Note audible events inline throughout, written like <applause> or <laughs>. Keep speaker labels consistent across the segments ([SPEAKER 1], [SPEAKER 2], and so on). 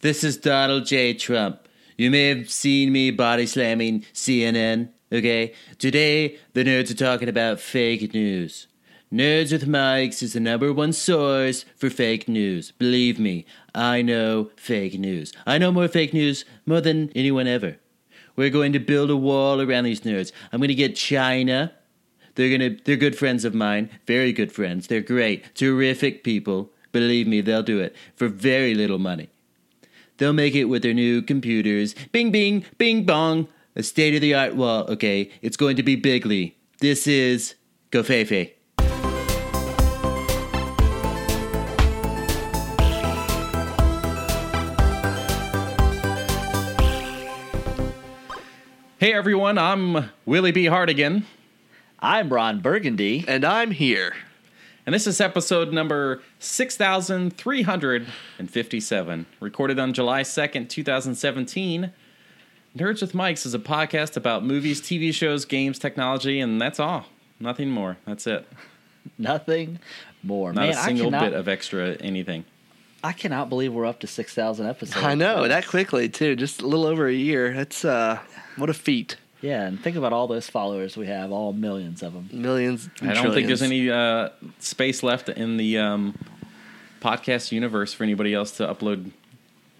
[SPEAKER 1] This is Donald J. Trump. You may have seen me body slamming CNN, okay? Today, the nerds are talking about fake news. Nerds with Mics is the number one source for fake news. Believe me, I know fake news. I know more fake news more than anyone ever. We're going to build a wall around these nerds. I'm going to get China. They're gonna they're good friends of mine, very good friends. They're great, terrific people. Believe me, they'll do it for very little money. They'll make it with their new computers. Bing bing bing bong. A state of the art wall, okay. It's going to be bigly. This is Gofefe.
[SPEAKER 2] Hey everyone, I'm Willie B. Hardigan,
[SPEAKER 3] I'm Ron Burgundy.
[SPEAKER 4] And I'm here.
[SPEAKER 2] and this is episode number 6357, recorded on July 2nd, 2017. Nerds with Mics is a podcast about movies, TV shows, games, technology, and that's all. Nothing more. That's it.
[SPEAKER 3] Nothing more.
[SPEAKER 2] Not
[SPEAKER 3] Man,
[SPEAKER 2] a single
[SPEAKER 3] I cannot,
[SPEAKER 2] bit of extra anything.
[SPEAKER 3] I cannot believe we're up to six thousand episodes.
[SPEAKER 4] I know that quickly too. Just a little over a year. That's uh, what a feat.
[SPEAKER 3] Yeah, and think about all those followers we have, all millions of them.
[SPEAKER 4] Millions.
[SPEAKER 2] I don't think there's any uh, space left in the um, podcast universe for anybody else to upload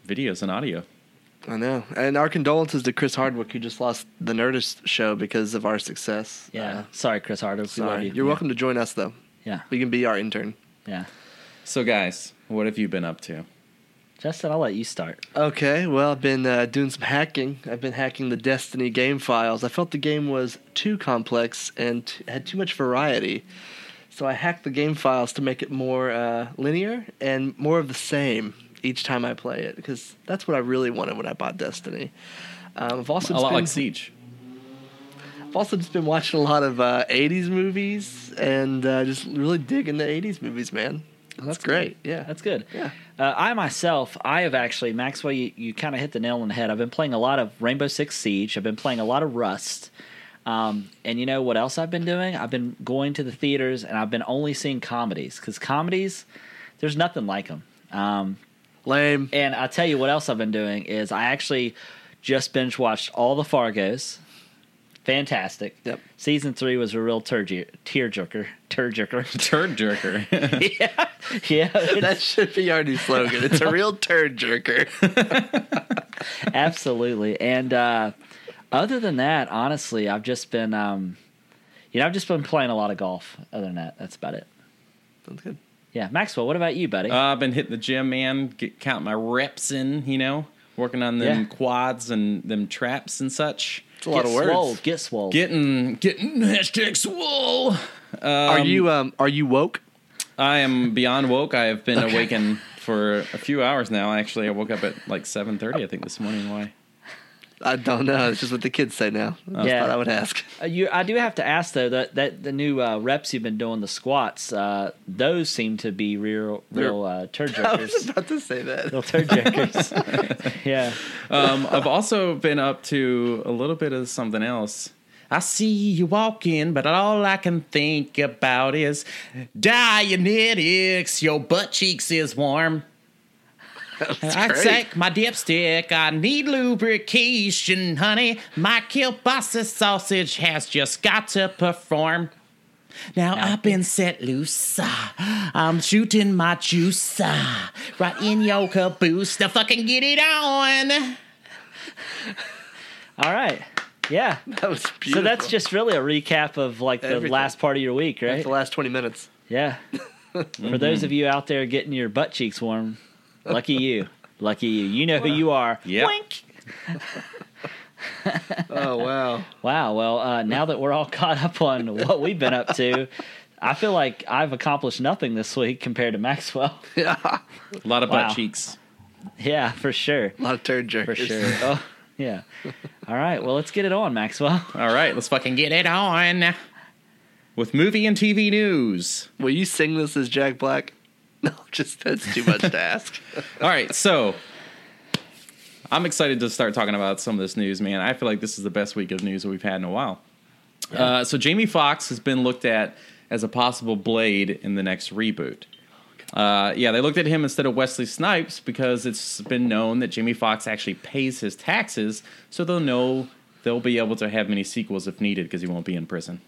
[SPEAKER 2] videos and audio.
[SPEAKER 4] I know. And our condolences to Chris Hardwick, who just lost the Nerdist show because of our success.
[SPEAKER 3] Yeah.
[SPEAKER 4] Uh,
[SPEAKER 3] sorry, Chris Hardwick. we love
[SPEAKER 4] sorry.
[SPEAKER 3] you.
[SPEAKER 4] You're welcome to join us though.
[SPEAKER 3] Yeah.
[SPEAKER 4] We can be our intern.
[SPEAKER 3] Yeah.
[SPEAKER 2] So, guys, what have you been up to?
[SPEAKER 3] Justin, I'll let you start.
[SPEAKER 4] Okay, well, I've been uh, doing some hacking. I've been hacking the Destiny game files. I felt the game was too complex and t- had too much variety. So I hacked the game files to make it more uh, linear and more of the same each time I play it, because that's what I really wanted when I bought Destiny. Um, I've, also
[SPEAKER 2] a lot
[SPEAKER 4] been,
[SPEAKER 2] like Siege.
[SPEAKER 4] I've also just been watching a lot of uh, 80s movies and uh, just really digging the 80s movies, man. That's, great. Yeah.
[SPEAKER 3] That's good.
[SPEAKER 4] Yeah.
[SPEAKER 3] Uh, I myself, I have actually, Maxwell, you, you kind of hit the nail on the head. I've been playing a lot of Rainbow Six Siege. I've been playing a lot of Rust. Um, and you know what else I've been doing? I've been going to the theaters and I've been only seeing comedies because comedies, there's nothing like them. Um,
[SPEAKER 4] Lame.
[SPEAKER 3] and I'll tell you what else I've been doing is I actually just binge watched all the Fargos. Fantastic.
[SPEAKER 4] Yep. <laughs>
[SPEAKER 3] Season three was a real turgi- tearjerker. Tearjerker.
[SPEAKER 2] Turd jerker. <laughs>
[SPEAKER 3] yeah. <laughs> Yeah. <laughs> it's-
[SPEAKER 4] That should be our new slogan. It's a real turd jerker.
[SPEAKER 3] Absolutely. And uh, other than that, honestly, I've just been, um, you know, I've just been playing a lot of golf. Other than that, that's about it.
[SPEAKER 4] Sounds good.
[SPEAKER 3] Yeah, Maxwell, what about you, buddy?
[SPEAKER 2] Uh, I've been hitting the gym, man. Get, count my reps in, you know, working on them
[SPEAKER 3] Yeah.
[SPEAKER 2] quads and them traps and such.
[SPEAKER 4] It's a lot
[SPEAKER 3] get
[SPEAKER 4] of words.
[SPEAKER 3] swole, get swole.
[SPEAKER 2] Getting, getting hashtag swole.
[SPEAKER 4] Are you um are you woke?
[SPEAKER 2] I am beyond woke. I have been awakened for a few hours now. Actually, I woke up at like seven thirty, I think, this morning. Why?
[SPEAKER 4] I don't know. It's just what the kids say now. I just
[SPEAKER 3] Yeah.
[SPEAKER 4] thought I would ask. <laughs>
[SPEAKER 3] Uh, you, I do have to ask though that, that the new uh, reps you've been doing the squats, uh, those seem to be real,
[SPEAKER 4] <laughs>
[SPEAKER 3] real uh, turd
[SPEAKER 4] I was
[SPEAKER 3] jerkers.
[SPEAKER 4] about to say that.
[SPEAKER 3] real turd jerkers. <laughs> yeah.
[SPEAKER 2] Um, I've also been up to a little bit of something else. I see you walking, but all I can think about is Dianetics. Your butt cheeks is warm. I
[SPEAKER 4] great.
[SPEAKER 2] take my dipstick. I need lubrication, honey. My kielbasa sausage has just got to perform. Now I've been set loose. ah. I'm shooting my juice ah, right in your caboose. Now fucking get it on.
[SPEAKER 3] All right. Yeah.
[SPEAKER 4] That was beautiful.
[SPEAKER 3] So that's just really a recap of like the
[SPEAKER 4] Everything.
[SPEAKER 3] last part of your week,
[SPEAKER 4] That's
[SPEAKER 3] right?
[SPEAKER 4] the last twenty minutes. <laughs>
[SPEAKER 3] Yeah. For those of you out there getting your butt cheeks warm, lucky you. Lucky you. You know who you are.
[SPEAKER 2] Yeah.
[SPEAKER 3] Wink. <laughs>
[SPEAKER 4] Oh wow.
[SPEAKER 3] Wow. Well, uh, now that we're all <laughs> caught up on what we've been up to, I feel like I've accomplished nothing this week compared to Maxwell. <laughs>
[SPEAKER 4] yeah. A
[SPEAKER 2] A lot of
[SPEAKER 3] Wow.
[SPEAKER 2] butt cheeks.
[SPEAKER 3] Yeah, for sure.
[SPEAKER 4] lot of turd
[SPEAKER 3] For
[SPEAKER 4] jerkers.
[SPEAKER 3] sure. Oh, yeah. All right. Well, let's get it on, Maxwell.
[SPEAKER 2] All right, let's fucking get it on with movie and TV news.
[SPEAKER 4] Will you sing this as Jack Black? <laughs> No, just that's too much to
[SPEAKER 3] <laughs>
[SPEAKER 4] ask.
[SPEAKER 2] All right, so I'm excited to start talking about some of this news, man. I feel like this is the best week of news that we've had in a while. Uh, so Jamie Foxx has been looked at as a possible Blade in the next reboot. Uh, yeah, they looked at him instead of Wesley Snipes because it's been known that Jimmy Fox actually pays his taxes, so they'll know they'll be able to have many sequels if needed because he won't be in prison.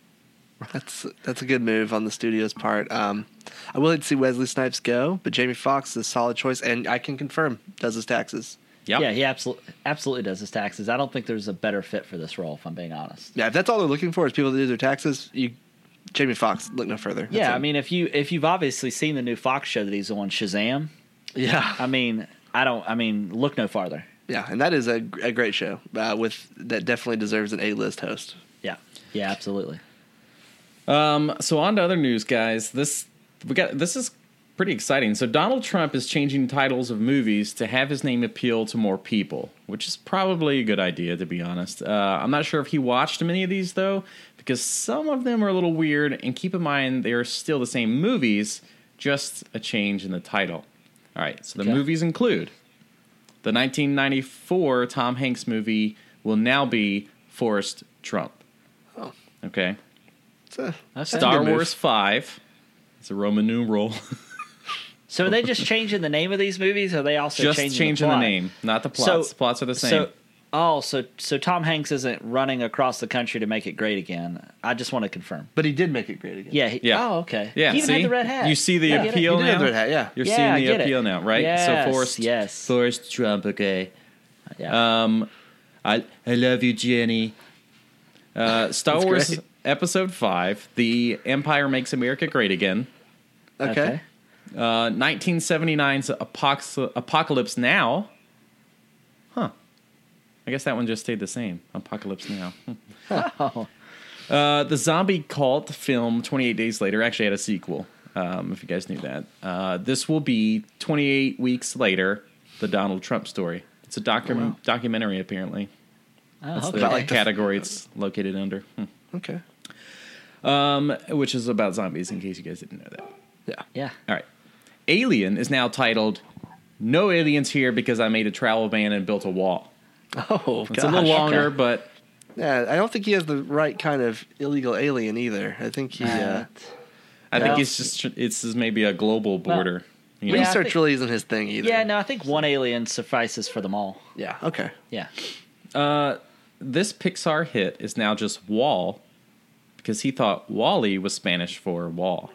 [SPEAKER 4] That's that's a good move on the studio's part. Um, I would like to see Wesley Snipes go, but Jamie Foxx is a solid choice, and I can confirm does his taxes.
[SPEAKER 2] Yep.
[SPEAKER 3] Yeah, he absolutely absolutely does his taxes. I don't think there's a better fit for this role, if I'm being honest.
[SPEAKER 4] Yeah, if that's all they're looking for is people to do their taxes, you Jamie Foxx look no further. That's
[SPEAKER 3] yeah,
[SPEAKER 4] it.
[SPEAKER 3] I mean, if you if you've obviously seen the new Fox show that he's on, Shazam.
[SPEAKER 4] yeah,
[SPEAKER 3] I mean, I don't. I mean, look no farther.
[SPEAKER 4] yeah, and that is a, a great show uh, with that definitely deserves an A list host.
[SPEAKER 3] Yeah, yeah, absolutely.
[SPEAKER 2] Um, so on to other news, guys. This we got. This is pretty exciting. So Donald Trump is changing titles of movies to have his name appeal to more people, which is probably a good idea, to be honest. Uh, I'm not sure if he watched many of these though, because some of them are a little weird. And keep in mind, they are still the same movies, just a change in the title. All right. So the
[SPEAKER 3] Okay.
[SPEAKER 2] movies include the 1994 Tom Hanks movie will now be Forrest Trump.
[SPEAKER 4] Oh.
[SPEAKER 2] Okay.
[SPEAKER 4] It's a,
[SPEAKER 3] That's
[SPEAKER 4] that's a
[SPEAKER 2] Star
[SPEAKER 4] good move.
[SPEAKER 2] Wars Five. It's a Roman numeral.
[SPEAKER 3] So are they
[SPEAKER 2] <laughs>
[SPEAKER 3] just changing the name of these movies? Or are they also
[SPEAKER 2] Just
[SPEAKER 3] changing,
[SPEAKER 2] changing,
[SPEAKER 3] the,
[SPEAKER 2] the,
[SPEAKER 3] plot?
[SPEAKER 2] name, not the
[SPEAKER 3] So-
[SPEAKER 2] plots. plots are the same.
[SPEAKER 3] So, oh, so so Tom Hanks isn't running across the country to make it great again. I just want to confirm.
[SPEAKER 4] But he did make it great again.
[SPEAKER 3] Yeah. He,
[SPEAKER 2] Yeah.
[SPEAKER 3] Oh, okay.
[SPEAKER 2] yeah,
[SPEAKER 3] He even
[SPEAKER 2] see?
[SPEAKER 3] had the red hat.
[SPEAKER 2] You see the
[SPEAKER 3] Yeah.
[SPEAKER 2] appeal
[SPEAKER 4] He did
[SPEAKER 2] now.
[SPEAKER 4] have the red hat, yeah.
[SPEAKER 2] You're
[SPEAKER 3] Yeah, I
[SPEAKER 2] seeing
[SPEAKER 3] get
[SPEAKER 2] the
[SPEAKER 3] it.
[SPEAKER 2] appeal now, right?
[SPEAKER 3] Yes,
[SPEAKER 2] so Forrest.
[SPEAKER 3] Yes.
[SPEAKER 1] Forrest Trump, okay.
[SPEAKER 3] yeah.
[SPEAKER 2] Um,
[SPEAKER 1] I I love you, Jenny.
[SPEAKER 2] uh, Star
[SPEAKER 4] That's
[SPEAKER 2] Wars
[SPEAKER 4] great.
[SPEAKER 2] Episode Five: The Empire Makes America Great Again.
[SPEAKER 4] Okay.
[SPEAKER 2] Uh, 1979's Apox- Apocalypse Now. Huh. I guess that one just stayed the same. Apocalypse Now. <laughs> Hmm. Uh, the zombie cult film 28 Days Later actually had a sequel, um, if you guys knew that. Uh, this will be 28 weeks later, the Donald Trump story. It's a docu- documentary, apparently.
[SPEAKER 3] Oh,
[SPEAKER 2] That's
[SPEAKER 3] okay.
[SPEAKER 2] the
[SPEAKER 4] About like the-
[SPEAKER 2] category it's located under, Hmm.
[SPEAKER 4] Okay.
[SPEAKER 2] um, which is about zombies, in case you guys didn't know that.
[SPEAKER 4] Yeah.
[SPEAKER 3] yeah.
[SPEAKER 2] All right. Alien is now titled No Aliens Here because I made a travel ban and built a wall.
[SPEAKER 4] <laughs> Oh,
[SPEAKER 2] It's a little
[SPEAKER 4] gosh.
[SPEAKER 2] longer, but
[SPEAKER 4] Yeah, I don't think he has the right kind of illegal alien either. I think he uh,
[SPEAKER 2] I
[SPEAKER 3] Well-
[SPEAKER 2] think it's just it's just maybe a global border. you know?
[SPEAKER 3] Yeah, I
[SPEAKER 4] research
[SPEAKER 3] think-
[SPEAKER 4] really isn't his thing either.
[SPEAKER 3] Yeah, no, I think one alien suffices for them all.
[SPEAKER 4] Yeah. Okay.
[SPEAKER 3] Yeah.
[SPEAKER 2] This Pixar hit is now just Wall because he thought Wally was Spanish for wall.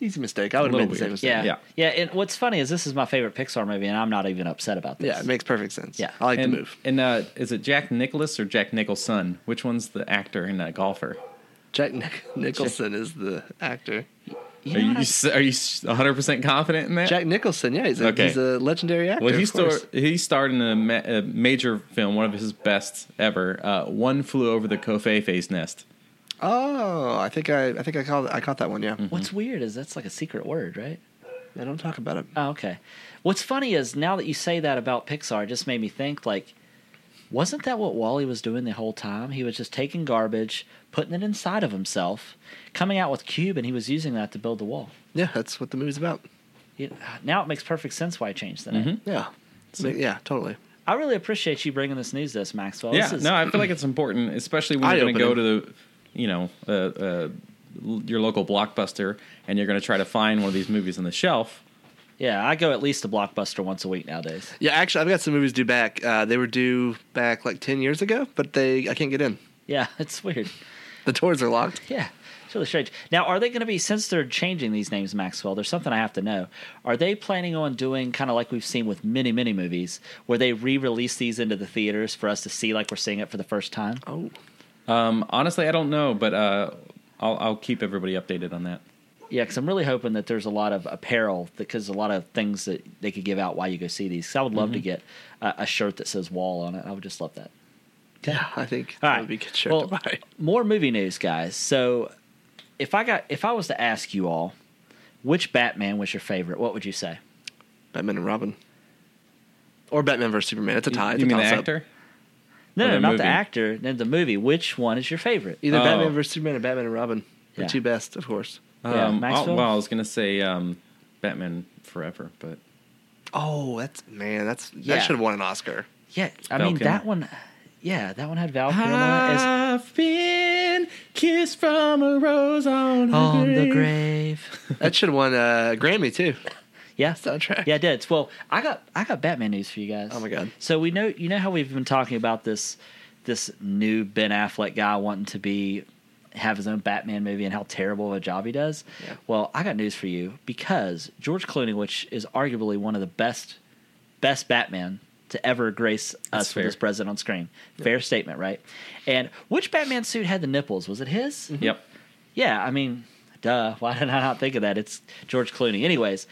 [SPEAKER 4] Easy mistake. I would have
[SPEAKER 2] little
[SPEAKER 4] made the same mistake.
[SPEAKER 2] weird.
[SPEAKER 3] Yeah.
[SPEAKER 2] Yeah.
[SPEAKER 3] Yeah. And what's funny is this is my favorite Pixar movie, and I'm not even upset about this.
[SPEAKER 4] Yeah, it makes perfect sense.
[SPEAKER 3] Yeah.
[SPEAKER 4] I like
[SPEAKER 2] and
[SPEAKER 4] the move.
[SPEAKER 2] and uh, is it Jack Nicholas or Jack Nicholson? Which one's the actor and the golfer?
[SPEAKER 4] Jack Nich- Nicholson is the actor.
[SPEAKER 3] You
[SPEAKER 2] Are
[SPEAKER 3] know
[SPEAKER 2] you
[SPEAKER 3] what I-
[SPEAKER 2] s- are you 100 percent confident in that?
[SPEAKER 4] Jack Nicholson, yeah, he's a,
[SPEAKER 2] Okay.
[SPEAKER 4] he's a legendary actor.
[SPEAKER 2] <laughs> Well, he
[SPEAKER 4] of course.
[SPEAKER 2] starred he starred in a, ma- a major film, one of his best ever. Uh, one flew over the Kofei's nest.
[SPEAKER 4] Oh, I think I, I think I called, I caught that one. Yeah,
[SPEAKER 3] what's weird is that's like a secret word, right?
[SPEAKER 4] I don't talk about it.
[SPEAKER 3] Oh, okay. What's funny is now that you say that about Pixar, it just made me think like, wasn't that what Wally was doing the whole time? He was just taking garbage, putting it inside of himself, coming out with cube, and he was using that to build the wall.
[SPEAKER 4] Yeah, that's what the movie's about.
[SPEAKER 3] You- now it makes perfect sense why he changed the name.
[SPEAKER 2] Mm-hmm.
[SPEAKER 4] Yeah, Ma- yeah, totally.
[SPEAKER 3] I really appreciate you bringing this news to us, Maxwell.
[SPEAKER 2] yeah,
[SPEAKER 3] Oh, this is,
[SPEAKER 2] no, I feel like it's important, especially when you're going to go to
[SPEAKER 4] Eye-opening.
[SPEAKER 2] the, you know, uh, uh, l- your local blockbuster, and you're going to try to find one of these movies on the shelf.
[SPEAKER 3] yeah, I go at least to Blockbuster once a week nowadays.
[SPEAKER 4] Yeah, actually, I've got some movies due back. Uh, they were due back like ten years ago, but they, I can't get in.
[SPEAKER 3] Yeah, <laughs> it's weird.
[SPEAKER 4] The doors are locked.
[SPEAKER 3] Yeah, it's really strange. Now, are they going to be since they're changing these names, Maxwell? There's something I have to know. Are they planning on doing kind of like we've seen with many, many movies, where they re-release these into the theaters for us to see, like we're seeing it for the first time?
[SPEAKER 4] Oh,
[SPEAKER 2] Um, honestly, I don't know, but uh, I'll, I'll keep everybody updated on that.
[SPEAKER 3] Yeah, because I'm really hoping that there's a lot of apparel because a lot of things that they could give out while you go see these. 'Cause I would love
[SPEAKER 4] Mm-hmm.
[SPEAKER 3] to get a, a shirt that says "Wall" on it. I would just love that.
[SPEAKER 4] yeah, I think
[SPEAKER 3] All
[SPEAKER 4] that
[SPEAKER 3] right.
[SPEAKER 4] would be a good shirt
[SPEAKER 3] Well,
[SPEAKER 4] to buy.
[SPEAKER 3] More movie news, guys. So, if I got if I was to ask you all, which Batman was your favorite? What would you say?
[SPEAKER 4] Batman and Robin, or Batman versus Superman. It's a tie. It's
[SPEAKER 2] you
[SPEAKER 4] a
[SPEAKER 2] mean the
[SPEAKER 4] toss-up.
[SPEAKER 2] actor?
[SPEAKER 3] No,
[SPEAKER 2] Or
[SPEAKER 3] no,
[SPEAKER 2] the
[SPEAKER 3] not
[SPEAKER 2] movie.
[SPEAKER 3] the actor. No, the movie. Which one is your favorite?
[SPEAKER 4] Either
[SPEAKER 2] Oh.
[SPEAKER 4] Batman versus Superman or Batman and Robin.
[SPEAKER 3] Yeah.
[SPEAKER 4] The two best, of course.
[SPEAKER 3] Yeah,
[SPEAKER 2] um, I'll-
[SPEAKER 3] Maxwell?
[SPEAKER 2] well, I was going to say um, Batman Forever, but
[SPEAKER 4] Oh, that's man, that's
[SPEAKER 3] Yeah.
[SPEAKER 4] that should have won an Oscar.
[SPEAKER 3] Yeah, I
[SPEAKER 2] Val
[SPEAKER 3] mean
[SPEAKER 2] Kilmer.
[SPEAKER 3] that one. Yeah, that one had Val Kilmer on it. It's
[SPEAKER 2] been kissed from a rose
[SPEAKER 3] Ah. on the grave. <laughs>
[SPEAKER 4] That should have won a Grammy too.
[SPEAKER 3] Yeah,
[SPEAKER 4] Soundtrack.
[SPEAKER 3] Yeah, it did. Well, I got I got Batman news for you guys.
[SPEAKER 4] Oh my God.
[SPEAKER 3] So we know you know how we've been talking about this this new Ben Affleck guy wanting to be have his own Batman movie and how terrible of a job he does.
[SPEAKER 4] Yeah.
[SPEAKER 3] Well, I got news for you because George Clooney, which is arguably one of the best best Batman to ever grace us
[SPEAKER 2] fair.
[SPEAKER 3] with his present on screen. Fair statement, right? And which Batman suit had the nipples? Was it his?
[SPEAKER 4] Mm-hmm.
[SPEAKER 2] Yep.
[SPEAKER 3] Yeah, I mean, duh. Why did I not think of that? It's George Clooney. Anyways,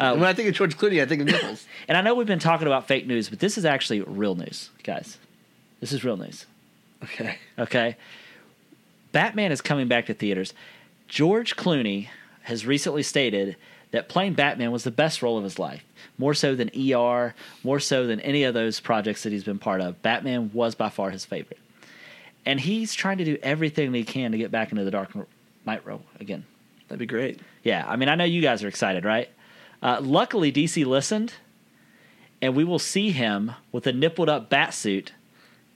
[SPEAKER 3] uh,
[SPEAKER 4] And when I think of George Clooney, I think of nipples.
[SPEAKER 3] and I know we've been talking about fake news, but this is actually real news, guys. This is real news.
[SPEAKER 4] <laughs> okay.
[SPEAKER 3] Okay. Batman is coming back to theaters. George Clooney has recently stated that playing Batman was the best role of his life, more so than ER, more so than any of those projects that he's been part of. Batman was by far his favorite. And he's trying to do everything that he can to get back into the Dark Knight role again.
[SPEAKER 4] That'd be great.
[SPEAKER 3] Yeah, I mean, I know you guys are excited, right? Uh, luckily, DC listened, and we will see him with a nippled up bat suit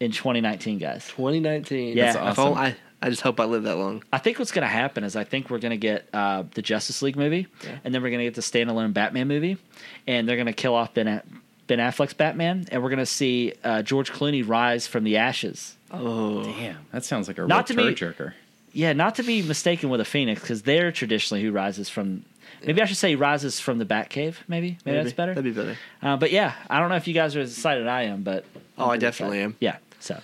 [SPEAKER 3] in 2019, guys.
[SPEAKER 4] 2019.
[SPEAKER 3] Yeah. That's
[SPEAKER 4] If
[SPEAKER 2] awesome.
[SPEAKER 4] only- I, I just hope I live that long.
[SPEAKER 3] I think what's going to happen is I think we're going to get uh, the Justice League movie, and then we're going to get the standalone Batman movie, and they're going to kill off Ben, A- ben Affleck's Batman, and we're going to see uh, George Clooney rise from the ashes.
[SPEAKER 4] Oh,
[SPEAKER 2] Damn, that sounds like a
[SPEAKER 3] Not
[SPEAKER 2] real
[SPEAKER 3] to
[SPEAKER 2] turd
[SPEAKER 3] be-
[SPEAKER 2] jerker.
[SPEAKER 3] Yeah, not to be mistaken with a phoenix, because they're traditionally who rises from. Maybe I should say rises from the Batcave. Maybe, maybe, that's better.
[SPEAKER 4] That'd be better.
[SPEAKER 3] Uh, but yeah, I don't know if you guys are as excited as I am, but
[SPEAKER 4] Oh,
[SPEAKER 3] I'm
[SPEAKER 4] I
[SPEAKER 3] pretty
[SPEAKER 4] definitely
[SPEAKER 3] excited.
[SPEAKER 4] am.
[SPEAKER 3] Yeah. So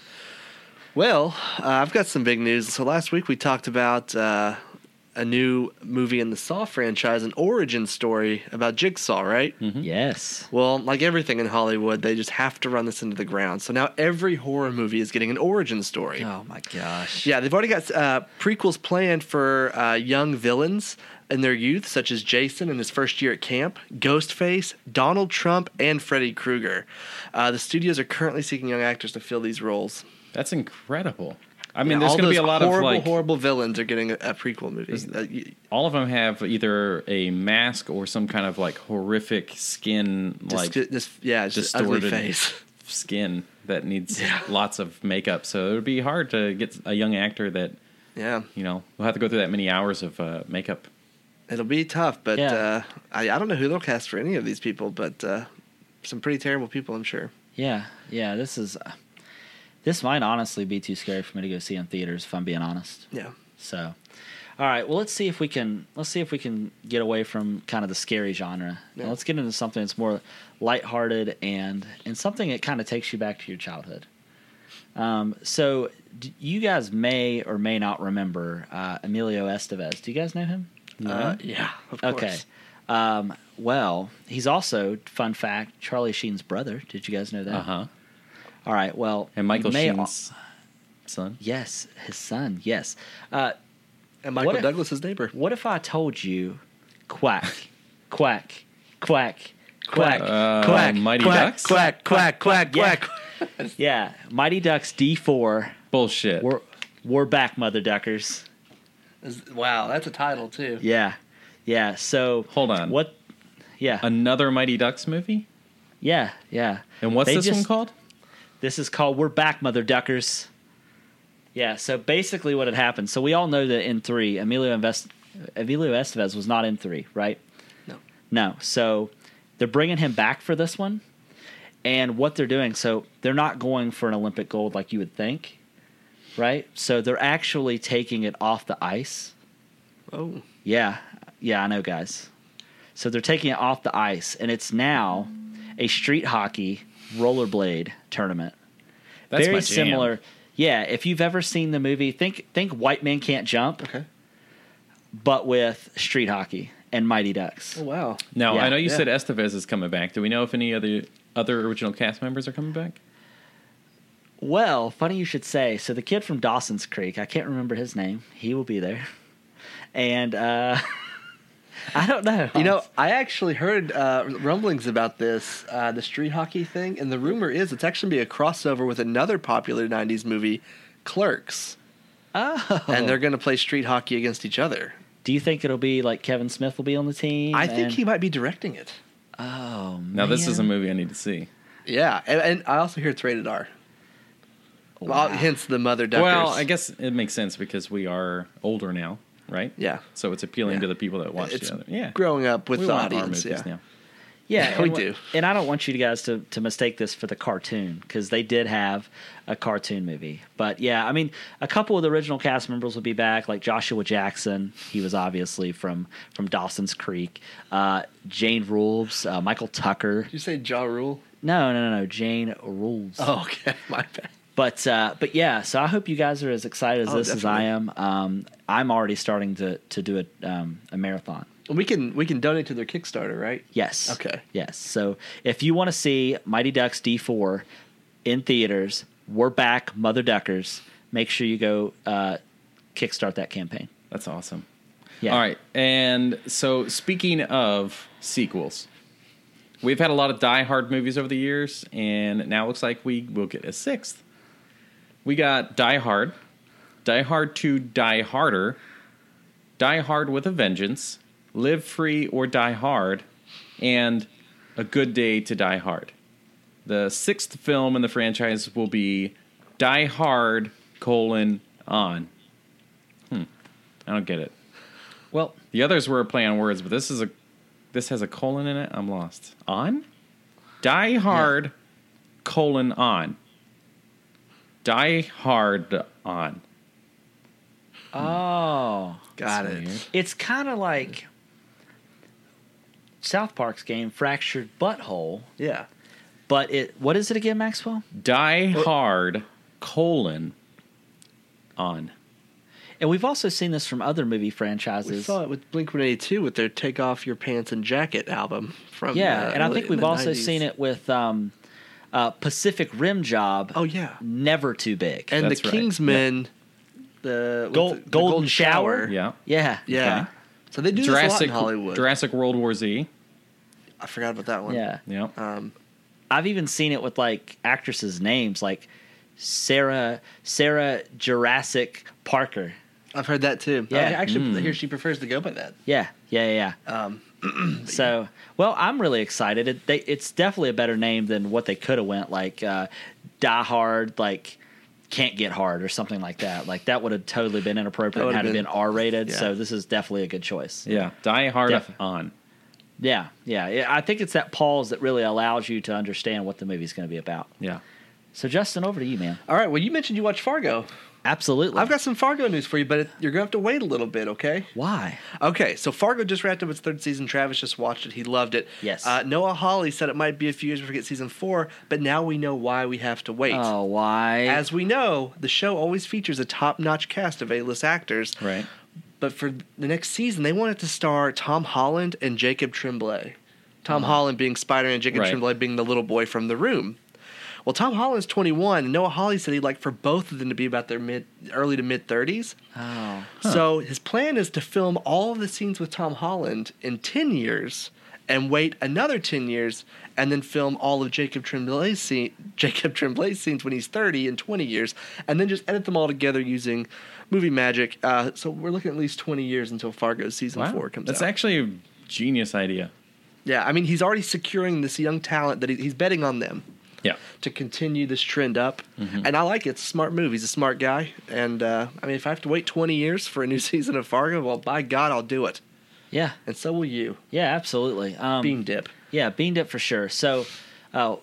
[SPEAKER 4] Well, uh, I've got some big news. So last week we talked about uh, a new movie in the Saw franchise, an origin story about Jigsaw, right?
[SPEAKER 3] Hmm. yes,
[SPEAKER 4] Well, like everything in Hollywood, they just have to run this into the ground. So now every horror movie is getting an origin story.
[SPEAKER 3] Oh my gosh.
[SPEAKER 4] Yeah, they've already got uh, prequels planned for uh, young villains in their youth, such as Jason in his first year at camp, Ghostface, Donald Trump, and Freddy Krueger. Uh, the studios are currently seeking young actors to fill these roles.
[SPEAKER 2] That's incredible. I mean,
[SPEAKER 4] Yeah,
[SPEAKER 2] there's
[SPEAKER 4] all
[SPEAKER 2] going to be a
[SPEAKER 4] those
[SPEAKER 2] lot
[SPEAKER 4] horrible,
[SPEAKER 2] of like
[SPEAKER 4] horrible villains are getting a, a prequel movie. Uh, y-
[SPEAKER 2] all of them have either a mask or some kind of like horrific skin, like
[SPEAKER 4] just, just- yeah, it's just ugly
[SPEAKER 2] distorted
[SPEAKER 4] face. <laughs>
[SPEAKER 2] skin that needs
[SPEAKER 3] <laughs>
[SPEAKER 2] lots of makeup. So it would be hard to get a young actor that
[SPEAKER 4] Yeah,
[SPEAKER 2] you know will have to go through that many hours of uh, makeup.
[SPEAKER 4] it'll be tough, but
[SPEAKER 3] Yeah.
[SPEAKER 4] uh, I, I don't know who they'll cast for any of these people, but uh, some pretty terrible people, I'm sure.
[SPEAKER 3] Yeah. Yeah. This is. uh, this might honestly be too scary for me to go see in theaters, if I'm being honest.
[SPEAKER 4] Yeah.
[SPEAKER 3] So, all right. Well, let's see if we can let's see if we can get away from kind of the scary genre.
[SPEAKER 4] Yeah.
[SPEAKER 3] And let's get into something that's more lighthearted and and something that kind of takes you back to your childhood. Um, so, d- you guys may or may not remember uh, Emilio Estevez. Do you guys know him?
[SPEAKER 2] Mm-hmm.
[SPEAKER 4] Uh, yeah, of course.
[SPEAKER 3] Okay. Um, well, he's also fun fact Charlie Sheen's brother. Did you guys know that?
[SPEAKER 2] Uh huh.
[SPEAKER 3] All right. Well,
[SPEAKER 2] And Michael
[SPEAKER 3] you Uh-huh. may al-
[SPEAKER 2] Sheen's son.
[SPEAKER 3] yes, his son. Yes. Uh,
[SPEAKER 4] And Michael
[SPEAKER 3] What if-
[SPEAKER 4] Douglas's neighbor.
[SPEAKER 3] What if I told you, quack, quack, quack, quack,
[SPEAKER 2] Uh,
[SPEAKER 3] quack,
[SPEAKER 2] Mighty
[SPEAKER 3] quack,
[SPEAKER 2] Ducks?
[SPEAKER 3] quack, quack, quack,
[SPEAKER 4] Yeah.
[SPEAKER 3] quack. Yeah, Mighty Ducks D four.
[SPEAKER 2] Bullshit.
[SPEAKER 3] We're we're back, mother duckers.
[SPEAKER 4] Is- Wow, that's a title too.
[SPEAKER 3] Yeah, yeah. So
[SPEAKER 2] Hold on.
[SPEAKER 3] What? Yeah,
[SPEAKER 2] Another Mighty Ducks movie.
[SPEAKER 3] yeah, yeah.
[SPEAKER 2] And what's
[SPEAKER 3] They
[SPEAKER 2] this one
[SPEAKER 3] just-
[SPEAKER 2] called?
[SPEAKER 3] This is called We're Back, Mother Duckers. Yeah, so basically what had happened. So we all know that in three, Emilio, Invest- Emilio Estevez was not in three, right?
[SPEAKER 4] No.
[SPEAKER 3] No. So they're bringing him back for this one. And what they're doing, so they're not going for an Olympic gold like you would think, right? So they're actually taking it off the ice.
[SPEAKER 4] Oh,
[SPEAKER 3] Yeah, yeah, I know, guys. So they're taking it off the ice, and it's now a street hockey rollerblade tournament.
[SPEAKER 2] That's
[SPEAKER 3] Very
[SPEAKER 2] my jam.
[SPEAKER 3] similar. Yeah, if you've ever seen the movie, think think White Man Can't Jump,
[SPEAKER 4] okay.
[SPEAKER 3] but with street hockey and Mighty Ducks.
[SPEAKER 4] Oh, wow.
[SPEAKER 2] Now
[SPEAKER 3] Yeah,
[SPEAKER 2] I know you
[SPEAKER 4] yeah.
[SPEAKER 2] said Estevez is coming back. Do we know if any other other original cast members are coming back?
[SPEAKER 3] Well, funny you should say. So the kid from Dawson's Creek, I can't remember his name. He will be there, and uh, <laughs> I don't know.
[SPEAKER 4] You know, I actually heard uh, rumblings about this, uh, the street hockey thing, and the rumor is it's actually going to be a crossover with another popular 90s movie, Clerks.
[SPEAKER 3] oh.
[SPEAKER 4] And they're going to play street hockey against each other.
[SPEAKER 3] do you think it'll be like Kevin Smith will be on the team?
[SPEAKER 4] I think
[SPEAKER 3] and-
[SPEAKER 4] he might be directing it.
[SPEAKER 3] Oh man.
[SPEAKER 2] Now this is a movie I need to see.
[SPEAKER 4] Yeah, and, and I also hear it's rated R. Well,
[SPEAKER 3] Wow.
[SPEAKER 4] hence the mother duckers.
[SPEAKER 2] Well, I guess it makes sense because we are older now. right?
[SPEAKER 4] Yeah.
[SPEAKER 2] So it's appealing
[SPEAKER 4] Yeah.
[SPEAKER 2] to the people that watch
[SPEAKER 4] It's
[SPEAKER 2] the other. Yeah.
[SPEAKER 4] growing up with
[SPEAKER 2] we
[SPEAKER 4] the
[SPEAKER 2] want our
[SPEAKER 4] audience. Yeah.
[SPEAKER 2] movies now.
[SPEAKER 3] Yeah,
[SPEAKER 4] Yeah, <laughs>
[SPEAKER 3] and
[SPEAKER 4] we
[SPEAKER 3] wh-
[SPEAKER 4] do.
[SPEAKER 3] And I don't want you guys to, to mistake this for the cartoon because they did have a cartoon movie. But yeah, I mean, a couple of the original cast members will be back, like Joshua Jackson. He was obviously from from Dawson's Creek. Uh, Jane Rules, uh, Michael Tucker.
[SPEAKER 4] Did you say Jaw Rule?
[SPEAKER 3] No, no, no, no. Jane Rules.
[SPEAKER 4] Oh, <laughs> okay. My bad.
[SPEAKER 3] But uh, but yeah, so I hope you guys are as excited as
[SPEAKER 4] Oh,
[SPEAKER 3] this as I am. Um, I'm already starting to to do a, um, a marathon.
[SPEAKER 4] We can we can donate to their Kickstarter, right?
[SPEAKER 3] Yes.
[SPEAKER 4] Okay.
[SPEAKER 3] Yes. So if you want to see Mighty Ducks D4 in theaters, we're back, Mother Duckers. Make sure you go uh, kickstart that campaign.
[SPEAKER 2] That's awesome.
[SPEAKER 3] Yeah.
[SPEAKER 2] All right. And so speaking of sequels, we've had a lot of Die Hard movies over the years, and now it looks like we will get a sixth. We got Die Hard, Die Hard 2, Die Harder, Die Hard with a Vengeance, Live Free or Die Hard, and A Good Day to Die Hard. The sixth film in the franchise will be Die Hard colon on. Hmm. I don't get it.
[SPEAKER 3] Well,
[SPEAKER 2] The others were a play on words, but this is a this has a colon in it. I'm lost. On? Die hard colon on. Die hard on.
[SPEAKER 3] Hmm. oh,
[SPEAKER 4] Got
[SPEAKER 2] That's
[SPEAKER 4] it.
[SPEAKER 2] weird.
[SPEAKER 3] it's kind of like South Park's game, Fractured Butthole.
[SPEAKER 4] Yeah.
[SPEAKER 3] But it what is it again, Maxwell?
[SPEAKER 2] Die hard colon on.
[SPEAKER 3] And we've also seen this from other movie
[SPEAKER 4] We
[SPEAKER 3] franchises.
[SPEAKER 4] saw it with Blink One Eighty Two with their "Take Off Your Pants and Jacket" album from
[SPEAKER 3] yeah,
[SPEAKER 4] uh,
[SPEAKER 3] and I think
[SPEAKER 4] in
[SPEAKER 3] we've
[SPEAKER 4] the
[SPEAKER 3] also
[SPEAKER 4] 90s.
[SPEAKER 3] seen it with um, uh, Pacific Rim Job.
[SPEAKER 4] Oh yeah,
[SPEAKER 3] never too big.
[SPEAKER 4] and
[SPEAKER 2] That's
[SPEAKER 4] the
[SPEAKER 2] right.
[SPEAKER 4] Kingsmen, the,
[SPEAKER 3] Gold-
[SPEAKER 4] what's it- the
[SPEAKER 3] Golden Shower?
[SPEAKER 2] Yeah.
[SPEAKER 3] yeah,
[SPEAKER 4] Yeah,
[SPEAKER 2] Okay.
[SPEAKER 4] so they do this a lot in
[SPEAKER 2] Jurassic
[SPEAKER 4] Hollywood.
[SPEAKER 2] Jurassic World War Z.
[SPEAKER 4] I forgot about that one.
[SPEAKER 3] Yeah.
[SPEAKER 2] Yeah.
[SPEAKER 4] Um,
[SPEAKER 3] I've even seen it with like actresses' names, like Sarah Sarah Jurassic Parker.
[SPEAKER 4] I've heard that too.
[SPEAKER 3] Yeah.
[SPEAKER 4] I
[SPEAKER 2] Hmm.
[SPEAKER 4] actually, here she prefers to go by that.
[SPEAKER 3] Yeah, yeah, yeah.
[SPEAKER 4] Um,
[SPEAKER 3] yeah. So, well, I'm really excited. It, they, it's definitely a better name than what they could have went like uh, Die Hard, like Can't Get Hard or something like that. Like that would have totally been
[SPEAKER 4] That
[SPEAKER 3] inappropriate
[SPEAKER 4] would've
[SPEAKER 3] had it
[SPEAKER 4] been-
[SPEAKER 3] been R rated.
[SPEAKER 4] yeah.
[SPEAKER 3] So this is definitely a good choice.
[SPEAKER 2] Yeah. Die hard
[SPEAKER 3] Def-
[SPEAKER 2] on.
[SPEAKER 3] Yeah, yeah, yeah. I think it's that pause that really allows you to understand what the movie's going to be about.
[SPEAKER 2] Yeah.
[SPEAKER 3] So, Justin, over to you, man.
[SPEAKER 4] all right. Well, you mentioned you watch Fargo.
[SPEAKER 3] Absolutely.
[SPEAKER 4] I've got some Fargo news for you, but it, you're gonna have to wait a little bit, okay?
[SPEAKER 3] why.
[SPEAKER 4] Okay, so Fargo just wrapped up its third season. Travis just watched it. He loved it.
[SPEAKER 3] Yes.
[SPEAKER 4] Uh, Noah Hawley said it might be a few years before we get season four, but now we know why we have to wait.
[SPEAKER 3] Oh, why?
[SPEAKER 4] As we know, the show always features a top notch cast of A list actors.
[SPEAKER 2] Right.
[SPEAKER 4] But for the next season, they wanted to star Tom Holland and Jacob Tremblay. Tom Holland being Spider Man, Jacob
[SPEAKER 2] Right.
[SPEAKER 4] Tremblay being the little boy from the room. Well, Tom Holland's 21, and Noah Hawley said he'd like for both of them to be about their mid, early to mid 30s.
[SPEAKER 3] oh,
[SPEAKER 4] So his plan is to film all of the scenes with Tom Holland in 10 years and wait another 10 years and then film all of Jacob Tremblay's, scene, <laughs> Jacob Tremblay's scenes when he's 30 in 20 years and then just edit them all together using movie magic. Uh, so we're looking at least 20 years until Fargo season
[SPEAKER 2] Wow.
[SPEAKER 4] 4 comes
[SPEAKER 2] That's
[SPEAKER 4] out.
[SPEAKER 2] actually a genius idea.
[SPEAKER 4] yeah, I mean, he's already securing this young talent that he, he's betting on them
[SPEAKER 2] Yeah.
[SPEAKER 4] to continue this trend up.
[SPEAKER 3] Mm-hmm.
[SPEAKER 4] And I like it. It's a smart move. He's a smart guy. And uh, I mean, if I have to wait 20 years for a new <laughs> season of Fargo, well, by God, I'll do it.
[SPEAKER 3] yeah,
[SPEAKER 4] And so will you.
[SPEAKER 3] yeah, absolutely. Um,
[SPEAKER 4] Bean dip.
[SPEAKER 3] yeah, beamed it for sure. So, uh,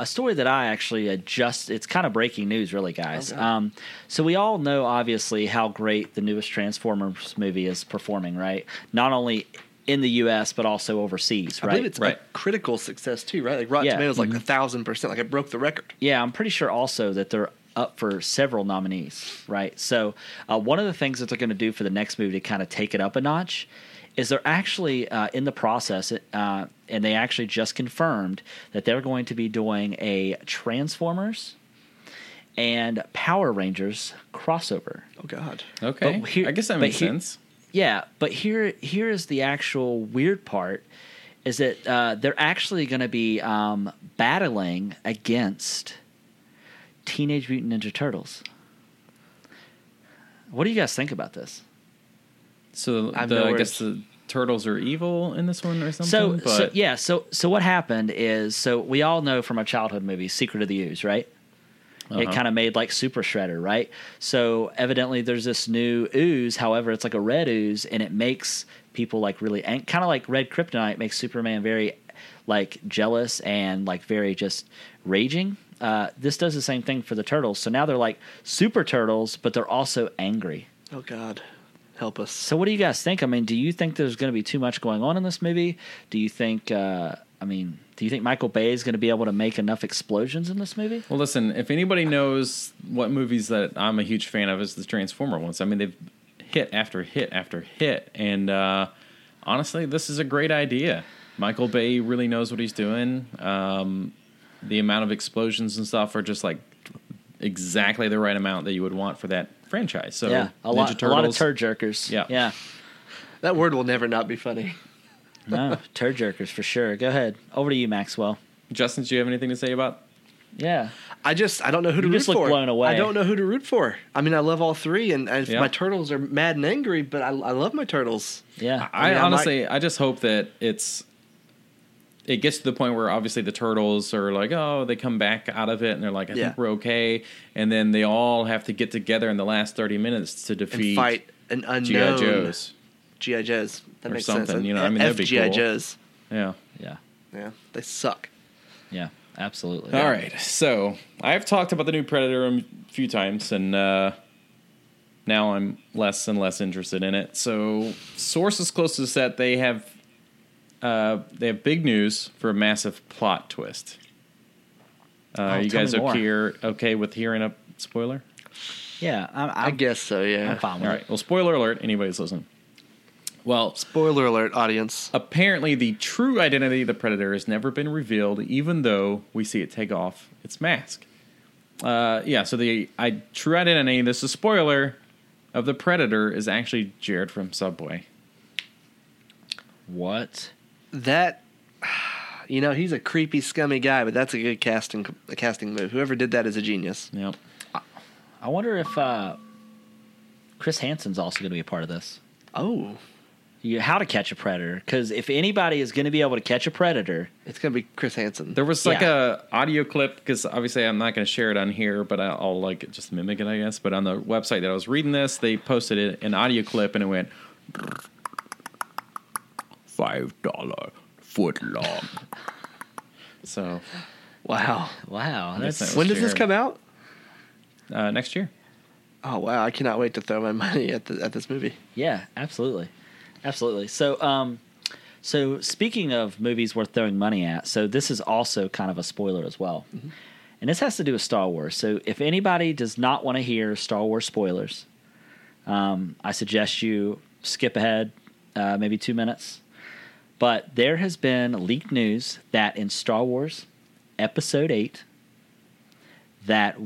[SPEAKER 3] a story that I actually uh, just—it's kind of breaking news, really, guys.
[SPEAKER 4] Okay.
[SPEAKER 3] Um, so we all know, obviously, how great the newest Transformers movie is performing, right? Not only in the U.S. but also overseas,
[SPEAKER 4] I
[SPEAKER 3] right?
[SPEAKER 4] believe it's
[SPEAKER 2] right.
[SPEAKER 4] a critical success too, right? Like Rotten
[SPEAKER 3] Yeah. Mm-hmm.
[SPEAKER 4] Tomatoes, like a thousand percent. Like it broke the record.
[SPEAKER 3] Yeah, I'm pretty sure also that they're up for several nominees, right? So, uh, one of the things that they're going to do for the next movie to kind of take it up a notch is they're actually uh, in the process, uh, and they actually just confirmed that they're going to be doing a Transformers and Power Rangers crossover.
[SPEAKER 4] Oh God.
[SPEAKER 2] Okay.
[SPEAKER 3] But here-
[SPEAKER 2] I guess that
[SPEAKER 3] but
[SPEAKER 2] makes
[SPEAKER 3] here-
[SPEAKER 2] sense.
[SPEAKER 3] Yeah, but here here is the actual weird part is that uh, they're actually going to be um, battling against Teenage Mutant Ninja Turtles. What do you guys think about this?
[SPEAKER 2] So
[SPEAKER 4] I've
[SPEAKER 2] the,
[SPEAKER 4] no
[SPEAKER 2] I
[SPEAKER 4] words.
[SPEAKER 2] guess the turtles are evil in this one or something.
[SPEAKER 3] So,
[SPEAKER 2] but
[SPEAKER 3] so yeah, so so what happened is so we all know from our childhood movie Secret of the Ooze, right?
[SPEAKER 2] Uh-huh.
[SPEAKER 3] It kind of made like Super Shredder, right? So evidently there's this new ooze. However, it's like a red ooze, and it makes people like really ang- kind of like red kryptonite makes Superman very like jealous and like very just raging. Uh, this does the same thing for the turtles. So now they're like super turtles, but they're also angry.
[SPEAKER 4] Oh God, help us.
[SPEAKER 3] So, what do you guys think? I mean, do you think there's going to be too much going on in this movie? Do you think, uh, I mean, do you think Michael Bay is going to be able to make enough explosions in this movie?
[SPEAKER 2] Well, listen, if anybody knows what movies that I'm a huge fan of, is the Transformer ones. I mean, they've hit after hit after hit, and uh, honestly, this is a great idea. Michael Bay really knows what he's doing. Um, the amount of explosions and stuff are just like exactly the right amount that you would want for that franchise. So,
[SPEAKER 3] yeah, a
[SPEAKER 2] Ninja
[SPEAKER 3] lot, a lot of
[SPEAKER 2] Turtles-
[SPEAKER 3] turd jerkers.
[SPEAKER 2] Yeah.
[SPEAKER 3] yeah,
[SPEAKER 4] That word will never not be funny.
[SPEAKER 3] no, <laughs> turd jerkers for sure. Go ahead, over to you, Maxwell.
[SPEAKER 2] Justin, do you have anything to say about?
[SPEAKER 3] Yeah,
[SPEAKER 4] I just I don't know who to
[SPEAKER 3] You just
[SPEAKER 4] root
[SPEAKER 3] look
[SPEAKER 4] for.
[SPEAKER 3] blown away.
[SPEAKER 4] I don't know who to root for. I mean, I love all three, and I,
[SPEAKER 2] Yeah.
[SPEAKER 4] my turtles are mad and angry, but I, I love my turtles.
[SPEAKER 3] yeah,
[SPEAKER 4] I
[SPEAKER 2] I,
[SPEAKER 4] mean, I might-
[SPEAKER 2] honestly, I just hope that it's it gets to the point where obviously the turtles are like, oh, they come back out of it and they're like, I
[SPEAKER 4] Yeah.
[SPEAKER 2] think we're okay, and then they all have to get together in the last thirty minutes to
[SPEAKER 4] And
[SPEAKER 2] defeat
[SPEAKER 4] fight an
[SPEAKER 2] GI
[SPEAKER 4] unknown
[SPEAKER 2] Joes.
[SPEAKER 4] GI Joes. That
[SPEAKER 2] Or
[SPEAKER 4] makes sense.
[SPEAKER 2] something, you know, I mean, that'd be
[SPEAKER 4] GI
[SPEAKER 2] cool.
[SPEAKER 4] Joes.
[SPEAKER 2] Yeah.
[SPEAKER 3] yeah,
[SPEAKER 4] Yeah, they suck.
[SPEAKER 3] yeah, absolutely.
[SPEAKER 2] All right. So I've talked about the new Predator a few times, and uh, now I'm less and less interested in it. So sources close to the set they have uh, they have big news for a massive plot twist. Uh, are you
[SPEAKER 3] Oh, tell
[SPEAKER 2] guys
[SPEAKER 3] me more.
[SPEAKER 2] okay, okay with hearing a spoiler?
[SPEAKER 3] yeah, I'm,
[SPEAKER 4] I
[SPEAKER 3] I'm,
[SPEAKER 4] guess so. Yeah.
[SPEAKER 3] I'm fine
[SPEAKER 2] All
[SPEAKER 3] with
[SPEAKER 2] right. Well, spoiler alert. Anybody's listening. Well,
[SPEAKER 4] Spoiler alert, audience.
[SPEAKER 2] apparently the true identity of the predator has never been revealed even though we see it take off its mask uh, yeah so the I, true identity this is spoiler of the predator is actually jared from subway
[SPEAKER 3] it. What?
[SPEAKER 4] That. <sighs> You know he's a creepy, scummy guy, but that's a good casting a casting move. Whoever did that is a genius.
[SPEAKER 2] yep
[SPEAKER 3] I wonder if uh, Chris Hansen's also going to be a part of this.
[SPEAKER 4] Oh,
[SPEAKER 3] You, how to catch a predator? Because if anybody is going to be able to catch a predator,
[SPEAKER 4] it's gonna be Chris Hansen.
[SPEAKER 2] there was like a audio clip because obviously i'm not going to share it on here but I- i'll like just mimic it i guess but on the website that i was reading this they posted it, an audio clip and it went five dollar foot long so
[SPEAKER 4] Wow.
[SPEAKER 3] wow,
[SPEAKER 2] guess <laughs>
[SPEAKER 3] that's
[SPEAKER 2] that was
[SPEAKER 4] When does this
[SPEAKER 2] Jared.
[SPEAKER 4] come out?
[SPEAKER 2] uh, next year
[SPEAKER 4] Oh wow! I cannot wait to throw my <laughs> money at the, at this movie.
[SPEAKER 3] Yeah, absolutely, absolutely. So, um, so speaking of movies worth throwing money at, so this is also kind of a spoiler as well, and this has to do with Star Wars. So, if anybody does not want to hear Star Wars spoilers, um, I suggest you skip ahead, uh, maybe two minutes. But there has been leaked news that in Star Wars Episode Eight, that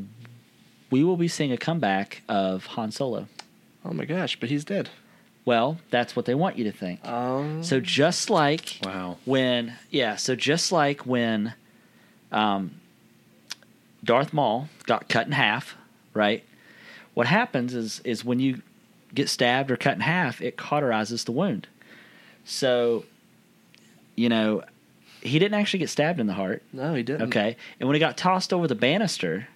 [SPEAKER 3] we will be seeing a comeback of Han Solo.
[SPEAKER 4] Oh my gosh! But he's dead.
[SPEAKER 3] Well, that's what they want you to think.
[SPEAKER 4] Um,
[SPEAKER 3] So just like
[SPEAKER 2] Wow.
[SPEAKER 3] when yeah, so just like when um Darth Maul got cut in half, right? What happens is is when you get stabbed or cut in half, it cauterizes the wound. So you know, he didn't actually get stabbed in the heart.
[SPEAKER 4] no, he didn't.
[SPEAKER 3] Okay. And when he got tossed over the banister,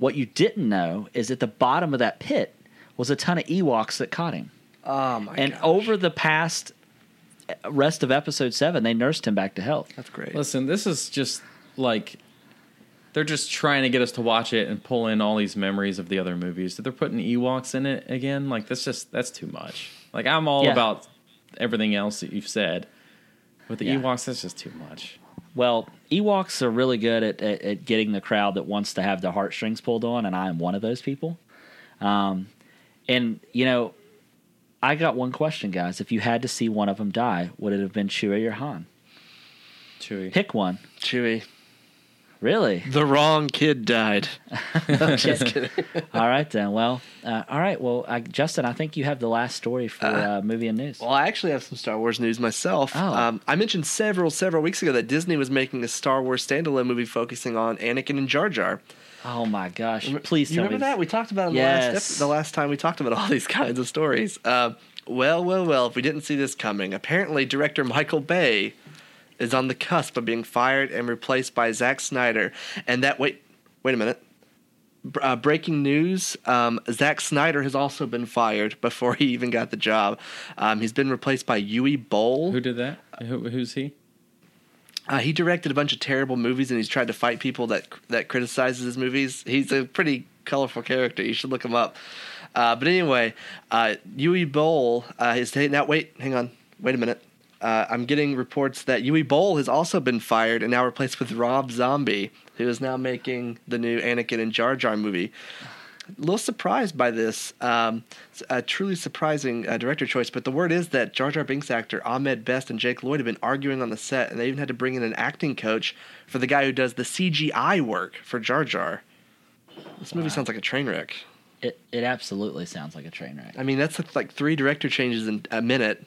[SPEAKER 3] what you didn't know is at the bottom of that pit was a ton of Ewoks that caught him.
[SPEAKER 4] Oh my.
[SPEAKER 3] And
[SPEAKER 4] gosh.
[SPEAKER 3] over the past uh, rest of episode seven, they nursed him back to health.
[SPEAKER 4] That's great.
[SPEAKER 2] Listen, this is just like they're just trying to get us to watch it and pull in all these memories of the other movies. That they're putting Ewoks in it again. Like that's just that's too much. Like I'm all
[SPEAKER 3] Yeah.
[SPEAKER 2] about everything else that you've said. With the
[SPEAKER 3] Yeah.
[SPEAKER 2] Ewoks, that's just too much.
[SPEAKER 3] Well, Ewoks are really good at, at, at getting the crowd that wants to have their heartstrings pulled on, and I am one of those people. Um, and, you know, I got one question, guys. If you had to see one of them die, would it have been Chewie or Han?
[SPEAKER 2] Chewy.
[SPEAKER 3] Pick one.
[SPEAKER 4] Chewy. <laughs>
[SPEAKER 3] Really?
[SPEAKER 4] The wrong kid <laughs> died.
[SPEAKER 2] <laughs>
[SPEAKER 4] Just kidding.
[SPEAKER 3] all right, then. Well, uh, all right. Well, I, Justin, I think you have the last story for uh, movie and news.
[SPEAKER 4] Well, I actually have some Star Wars news myself.
[SPEAKER 3] Oh.
[SPEAKER 4] Um, I mentioned several, several weeks ago that Disney was making a Star Wars standalone movie focusing on Anakin and Jar Jar.
[SPEAKER 3] Oh, my gosh. Please
[SPEAKER 4] you
[SPEAKER 3] tell
[SPEAKER 4] remember
[SPEAKER 3] me.
[SPEAKER 4] that? We talked about it in the last
[SPEAKER 3] Yes.
[SPEAKER 4] ep- the last time we talked about all <laughs> these kinds of stories. Uh, well, well, well. If we didn't see this coming, apparently director Michael Bay is on the cusp of being fired and replaced by Zack Snyder, and that wait, wait a minute. b- uh, breaking news: um, Zack Snyder has also been fired before he even got the job. Um, he's been replaced by Yui Bowl.
[SPEAKER 2] Who did that? Who, who's he?
[SPEAKER 4] Uh, he directed a bunch of terrible movies, and he's tried to fight people that that criticizes his movies. He's a pretty colorful character. You should look him up. Uh, but anyway, uh, Yui Bowl uh, is hey, now. Wait, hang on. Wait a minute. Uh, I'm getting reports that Yui Bowl has also been fired and now replaced with Rob Zombie, who is now making the new Anakin and Jar Jar movie. A little surprised by this, um, s- a truly surprising uh, director choice. But the word is that Jar Jar Binks actor Ahmed Best and Jake Lloyd have been arguing on the set, and they even had to bring in an acting coach for the guy who does the CGI work for Jar Jar. This movie sounds like a train wreck.
[SPEAKER 3] It it absolutely sounds like a train wreck.
[SPEAKER 4] I mean, that's like three director changes in a minute,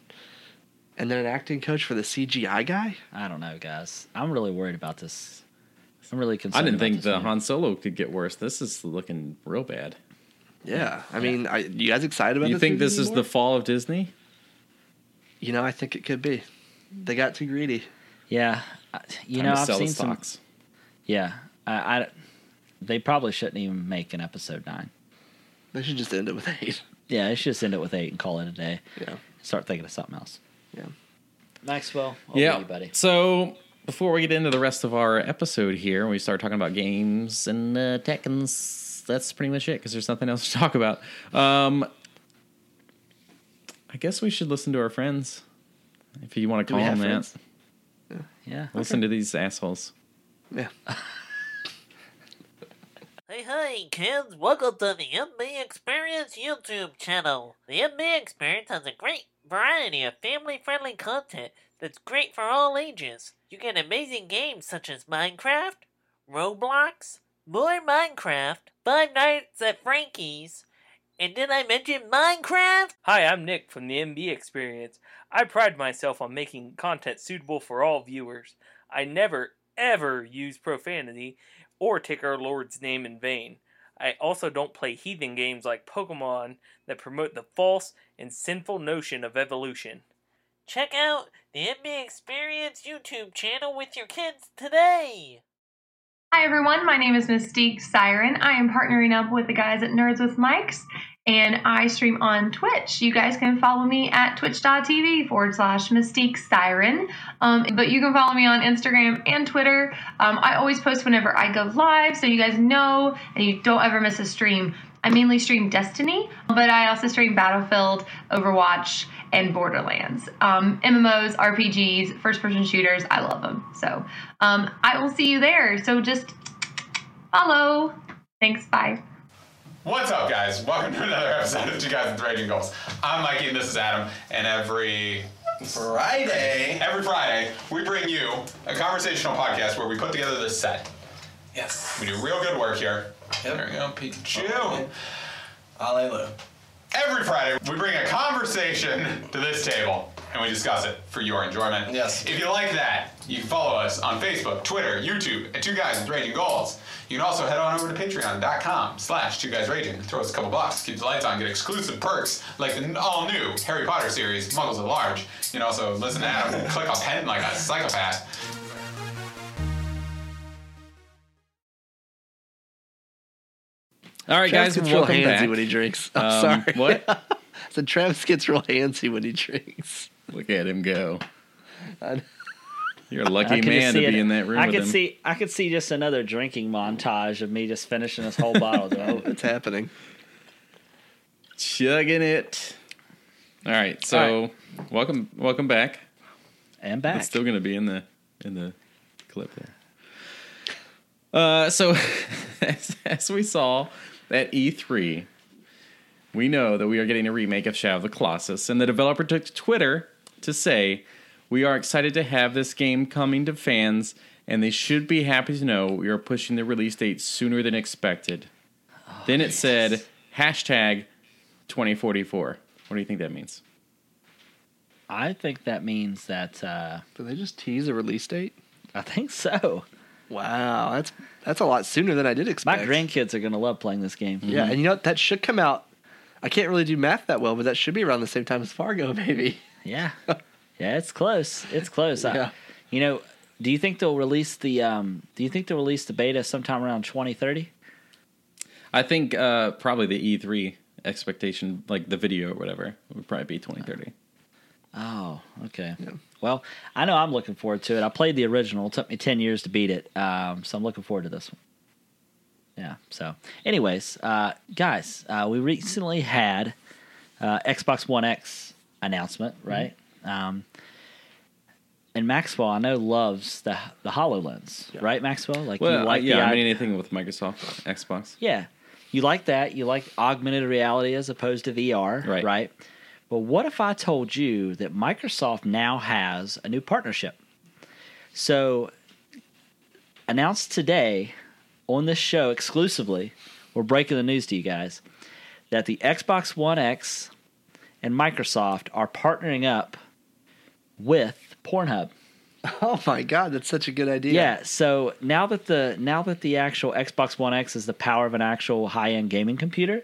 [SPEAKER 4] and then an acting coach for the CGI guy.
[SPEAKER 3] I don't know, guys. I'm really worried about this. I'm really
[SPEAKER 2] I
[SPEAKER 3] concerned.
[SPEAKER 2] didn't
[SPEAKER 3] about
[SPEAKER 2] think
[SPEAKER 3] this
[SPEAKER 2] the
[SPEAKER 3] movie.
[SPEAKER 2] Han Solo could get worse. This is looking real bad.
[SPEAKER 4] Yeah, I mean, I, you guys excited about
[SPEAKER 2] You
[SPEAKER 4] this
[SPEAKER 2] think
[SPEAKER 4] movie
[SPEAKER 2] this is the
[SPEAKER 4] anymore?
[SPEAKER 2] fall of Disney?
[SPEAKER 4] You know, I think it could be. They got too greedy.
[SPEAKER 3] Yeah, I- you
[SPEAKER 2] Time
[SPEAKER 3] know
[SPEAKER 2] to
[SPEAKER 3] I've
[SPEAKER 2] sell
[SPEAKER 3] seen
[SPEAKER 2] the
[SPEAKER 3] some.
[SPEAKER 2] stocks.
[SPEAKER 3] Yeah, I, I- they probably shouldn't even make an episode nine.
[SPEAKER 4] They should just end it with eight.
[SPEAKER 3] Yeah, let's just end it with eight and call it a day.
[SPEAKER 4] Yeah,
[SPEAKER 3] Start thinking of something else.
[SPEAKER 4] yeah.
[SPEAKER 3] Maxwell, over to
[SPEAKER 2] Yeah.
[SPEAKER 3] you, buddy.
[SPEAKER 2] So before we get into the rest of our episode here, we start talking about games and uh, tech and s- that's pretty much it because there's nothing else to <laughs> talk about. Um, I guess we should listen to our friends if you want to
[SPEAKER 4] we
[SPEAKER 2] call them
[SPEAKER 4] have
[SPEAKER 2] that.
[SPEAKER 4] friends?
[SPEAKER 3] Yeah,
[SPEAKER 2] Listen to these assholes.
[SPEAKER 4] Yeah.
[SPEAKER 5] Hey, hey, kids! Welcome to the MB Experience YouTube channel. The MB Experience has a great variety of family friendly content that's great for all ages. You get amazing games such as Minecraft, Roblox, more Minecraft, Five Nights at Frankie's, and did I mention Minecraft?
[SPEAKER 6] Hi, I'm Nick from the MB Experience. I pride myself on making content suitable for all viewers. I never, ever use profanity or take our Lord's name in vain. I also don't play heathen games like Pokemon that promote the false and sinful notion of evolution.
[SPEAKER 5] Check out the MB Experience YouTube channel with your kids today!
[SPEAKER 7] Hi, everyone. My name is Mystique Siren. I am partnering up with the guys at Nerds with Mics, and I stream on Twitch. You guys can follow me at twitch.tv forward slash Mystique Siren. Um, but you can follow me on Instagram and Twitter. Um, I always post whenever I go live, so you guys know and you don't ever miss a stream. I mainly stream Destiny, but I also stream Battlefield, Overwatch, and Borderlands. Um, MMOs, RPGs, first person shooters, I love them. So um, I will see you there. So just follow. Thanks. Bye.
[SPEAKER 8] What's up, guys? Welcome to another episode of Two Guys with Raging Goals. I'm Mikey, and this is Adam. And every Friday, every Friday, we bring you a conversational podcast where we put together this set.
[SPEAKER 9] Yes.
[SPEAKER 8] We do real good work here. There we go, Pikachu.
[SPEAKER 9] Hallelujah.
[SPEAKER 8] Every Friday, we bring a conversation to this table and we discuss it for your enjoyment.
[SPEAKER 9] Yes.
[SPEAKER 8] If you like that, you can follow us on Facebook, Twitter, YouTube at Two Guys with Raging Goals. You can also head on over to patreon.com slash Two Guys Raging. Throw us a couple bucks, keep the lights on, get exclusive perks like the all new Harry Potter series, Muggles at Large. You can also listen to Adam click a pen like a psychopath.
[SPEAKER 2] All right,
[SPEAKER 4] Travis
[SPEAKER 2] guys,
[SPEAKER 4] gets real
[SPEAKER 2] welcome
[SPEAKER 4] handsy
[SPEAKER 2] back.
[SPEAKER 4] when he drinks. I'm
[SPEAKER 2] Um,
[SPEAKER 4] sorry. <laughs>
[SPEAKER 2] What?
[SPEAKER 4] So Travis gets real handsy when he drinks. <laughs>
[SPEAKER 2] Look at him go.
[SPEAKER 4] I-
[SPEAKER 2] You're a lucky
[SPEAKER 3] I can just
[SPEAKER 2] man to
[SPEAKER 3] see
[SPEAKER 2] be
[SPEAKER 3] it.
[SPEAKER 2] in that room
[SPEAKER 3] I
[SPEAKER 2] with
[SPEAKER 3] could
[SPEAKER 2] him.
[SPEAKER 3] see, I could see just another drinking montage of me just finishing this whole
[SPEAKER 2] <laughs>
[SPEAKER 3] bottle. though.
[SPEAKER 4] It's happening.
[SPEAKER 2] chugging it. All right, so welcome, welcome back.
[SPEAKER 3] And back.
[SPEAKER 2] It's still going to be in the in the clip there. Uh, so <laughs> as, as we saw at E3, we know that we are getting a remake of Shadow of the Colossus, and the developer took to Twitter to say, "We are excited to have this game coming to fans, and they should be happy to know we are pushing the release date sooner than expected." then it said hashtag 2044. What do you think that means?
[SPEAKER 3] I think that means that. Uh,
[SPEAKER 4] Did they just tease a release date?
[SPEAKER 3] I think so.
[SPEAKER 4] Wow, that's that's a lot sooner than I did
[SPEAKER 3] My
[SPEAKER 4] expect.
[SPEAKER 3] grandkids are gonna love playing this game.
[SPEAKER 4] Yeah, and you know what? that should come out. I can't really do math that well, but that should be around the same time as Fargo, <laughs> maybe.
[SPEAKER 3] Yeah. <laughs> Yeah, it's close. It's close. I-
[SPEAKER 4] Yeah.
[SPEAKER 3] you know, do you think they'll release the um do you think they'll release the beta sometime around 2030?
[SPEAKER 2] I think uh, probably the E3 expectation, like the video or whatever, would probably be 2030.
[SPEAKER 3] Oh, okay. Well, I know I'm looking forward to it. I played the original. It took me 10 years to beat it. Um, so I'm looking forward to this one. Yeah. So, anyways, uh, guys, uh, we recently had uh, Xbox One X announcement,
[SPEAKER 2] Mm-hmm.
[SPEAKER 3] right? Um, and Maxwell, I know, loves the the Hololens, right, Maxwell? Like
[SPEAKER 2] Well,
[SPEAKER 3] you like
[SPEAKER 2] I- yeah,
[SPEAKER 3] the
[SPEAKER 2] I
[SPEAKER 3] idea-
[SPEAKER 2] mean anything with Microsoft, Xbox.
[SPEAKER 3] yeah. You like that. You like augmented reality as opposed to VR,
[SPEAKER 2] Right.
[SPEAKER 3] right? But what if I told you that Microsoft now has a new partnership? So, announced today on this show exclusively, we're breaking the news to you guys that the Xbox One X and Microsoft are partnering up with Pornhub.
[SPEAKER 4] Oh my god, that's such a good idea.
[SPEAKER 3] Yeah. So now that the now that the actual Xbox One X is the power of an actual high end gaming computer,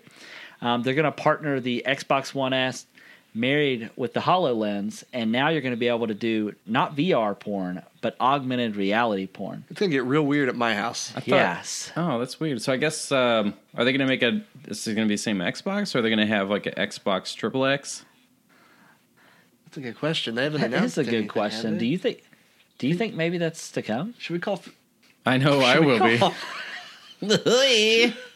[SPEAKER 3] um, they're going to partner the Xbox One S married with the Hololens, and now you're going to be able to do not VR porn but augmented reality porn.
[SPEAKER 4] It's gonna get real weird at my house.
[SPEAKER 3] yes.
[SPEAKER 2] Oh, that's weird. So I guess um, are they going to make a? This is going to be the same Xbox, or are they going to have like an Xbox Triple X?
[SPEAKER 4] That's a good question. They haven't
[SPEAKER 3] That
[SPEAKER 4] announced
[SPEAKER 3] is a
[SPEAKER 4] anything,
[SPEAKER 3] good question.
[SPEAKER 4] have
[SPEAKER 3] Do
[SPEAKER 4] they?
[SPEAKER 3] you think? Do you think maybe that's to come?
[SPEAKER 4] Should we call?
[SPEAKER 2] I <laughs> know I will be.
[SPEAKER 3] <laughs>
[SPEAKER 4] <laughs>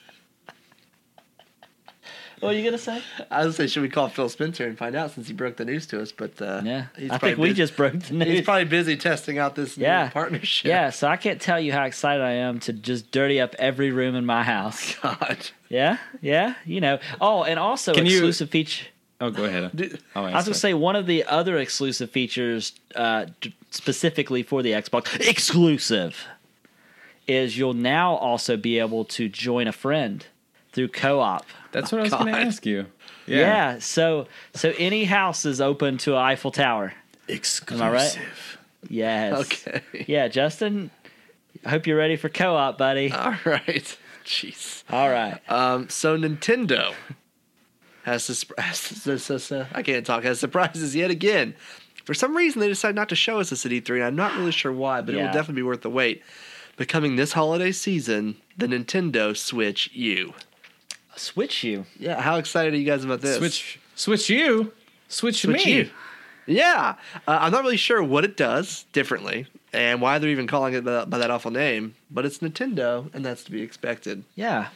[SPEAKER 3] What are you gonna say?
[SPEAKER 4] I was gonna say, should we call Phil Spencer and find out since he broke the news to us? But uh,
[SPEAKER 3] Yeah,
[SPEAKER 4] he's
[SPEAKER 3] I
[SPEAKER 4] probably
[SPEAKER 3] think we
[SPEAKER 4] busy-
[SPEAKER 3] just broke the news.
[SPEAKER 4] He's probably busy testing out this new
[SPEAKER 3] Yeah.
[SPEAKER 4] partnership.
[SPEAKER 3] yeah, so I can't tell you how excited I am to just dirty up every room in my house.
[SPEAKER 4] <laughs> God.
[SPEAKER 3] Yeah, yeah, you know. Oh, and also
[SPEAKER 2] Can you-
[SPEAKER 3] exclusive feature.
[SPEAKER 2] Oh, go ahead.
[SPEAKER 4] Do-
[SPEAKER 2] I'll
[SPEAKER 3] I was gonna
[SPEAKER 2] ask
[SPEAKER 3] say one of the other exclusive features, uh, d- specifically for the Xbox, exclusive, is you'll now also be able to join a friend through co-op.
[SPEAKER 2] that. That's what I was going to
[SPEAKER 4] God.
[SPEAKER 2] ask you.
[SPEAKER 3] Yeah. so so any house is open to an Eiffel Tower.
[SPEAKER 4] Exclusive.
[SPEAKER 3] Am I right? Yes.
[SPEAKER 4] Okay.
[SPEAKER 3] Yeah, Justin. I hope you're ready for co-op,
[SPEAKER 2] Uh,
[SPEAKER 3] buddy.
[SPEAKER 4] All right. <laughs> Jeez.
[SPEAKER 3] All right.
[SPEAKER 4] Um, so Nintendo has, sus- has sus- sus- uh, I can't talk. Has surprises yet again. For some reason, they decided not to show us this at E3, and I'm not really sure why, but it will
[SPEAKER 3] Yeah.
[SPEAKER 4] definitely be worth the wait. But coming this holiday season, the Nintendo Switch U.
[SPEAKER 3] Switch you.
[SPEAKER 4] Yeah, how excited are you guys about this?
[SPEAKER 2] Switch, switch you, switch,
[SPEAKER 4] Switch
[SPEAKER 2] me.
[SPEAKER 4] you. Yeah, uh, I'm not really sure what it does differently and why they're even calling it by by that awful name, but it's Nintendo, and that's to be expected.
[SPEAKER 3] Yeah.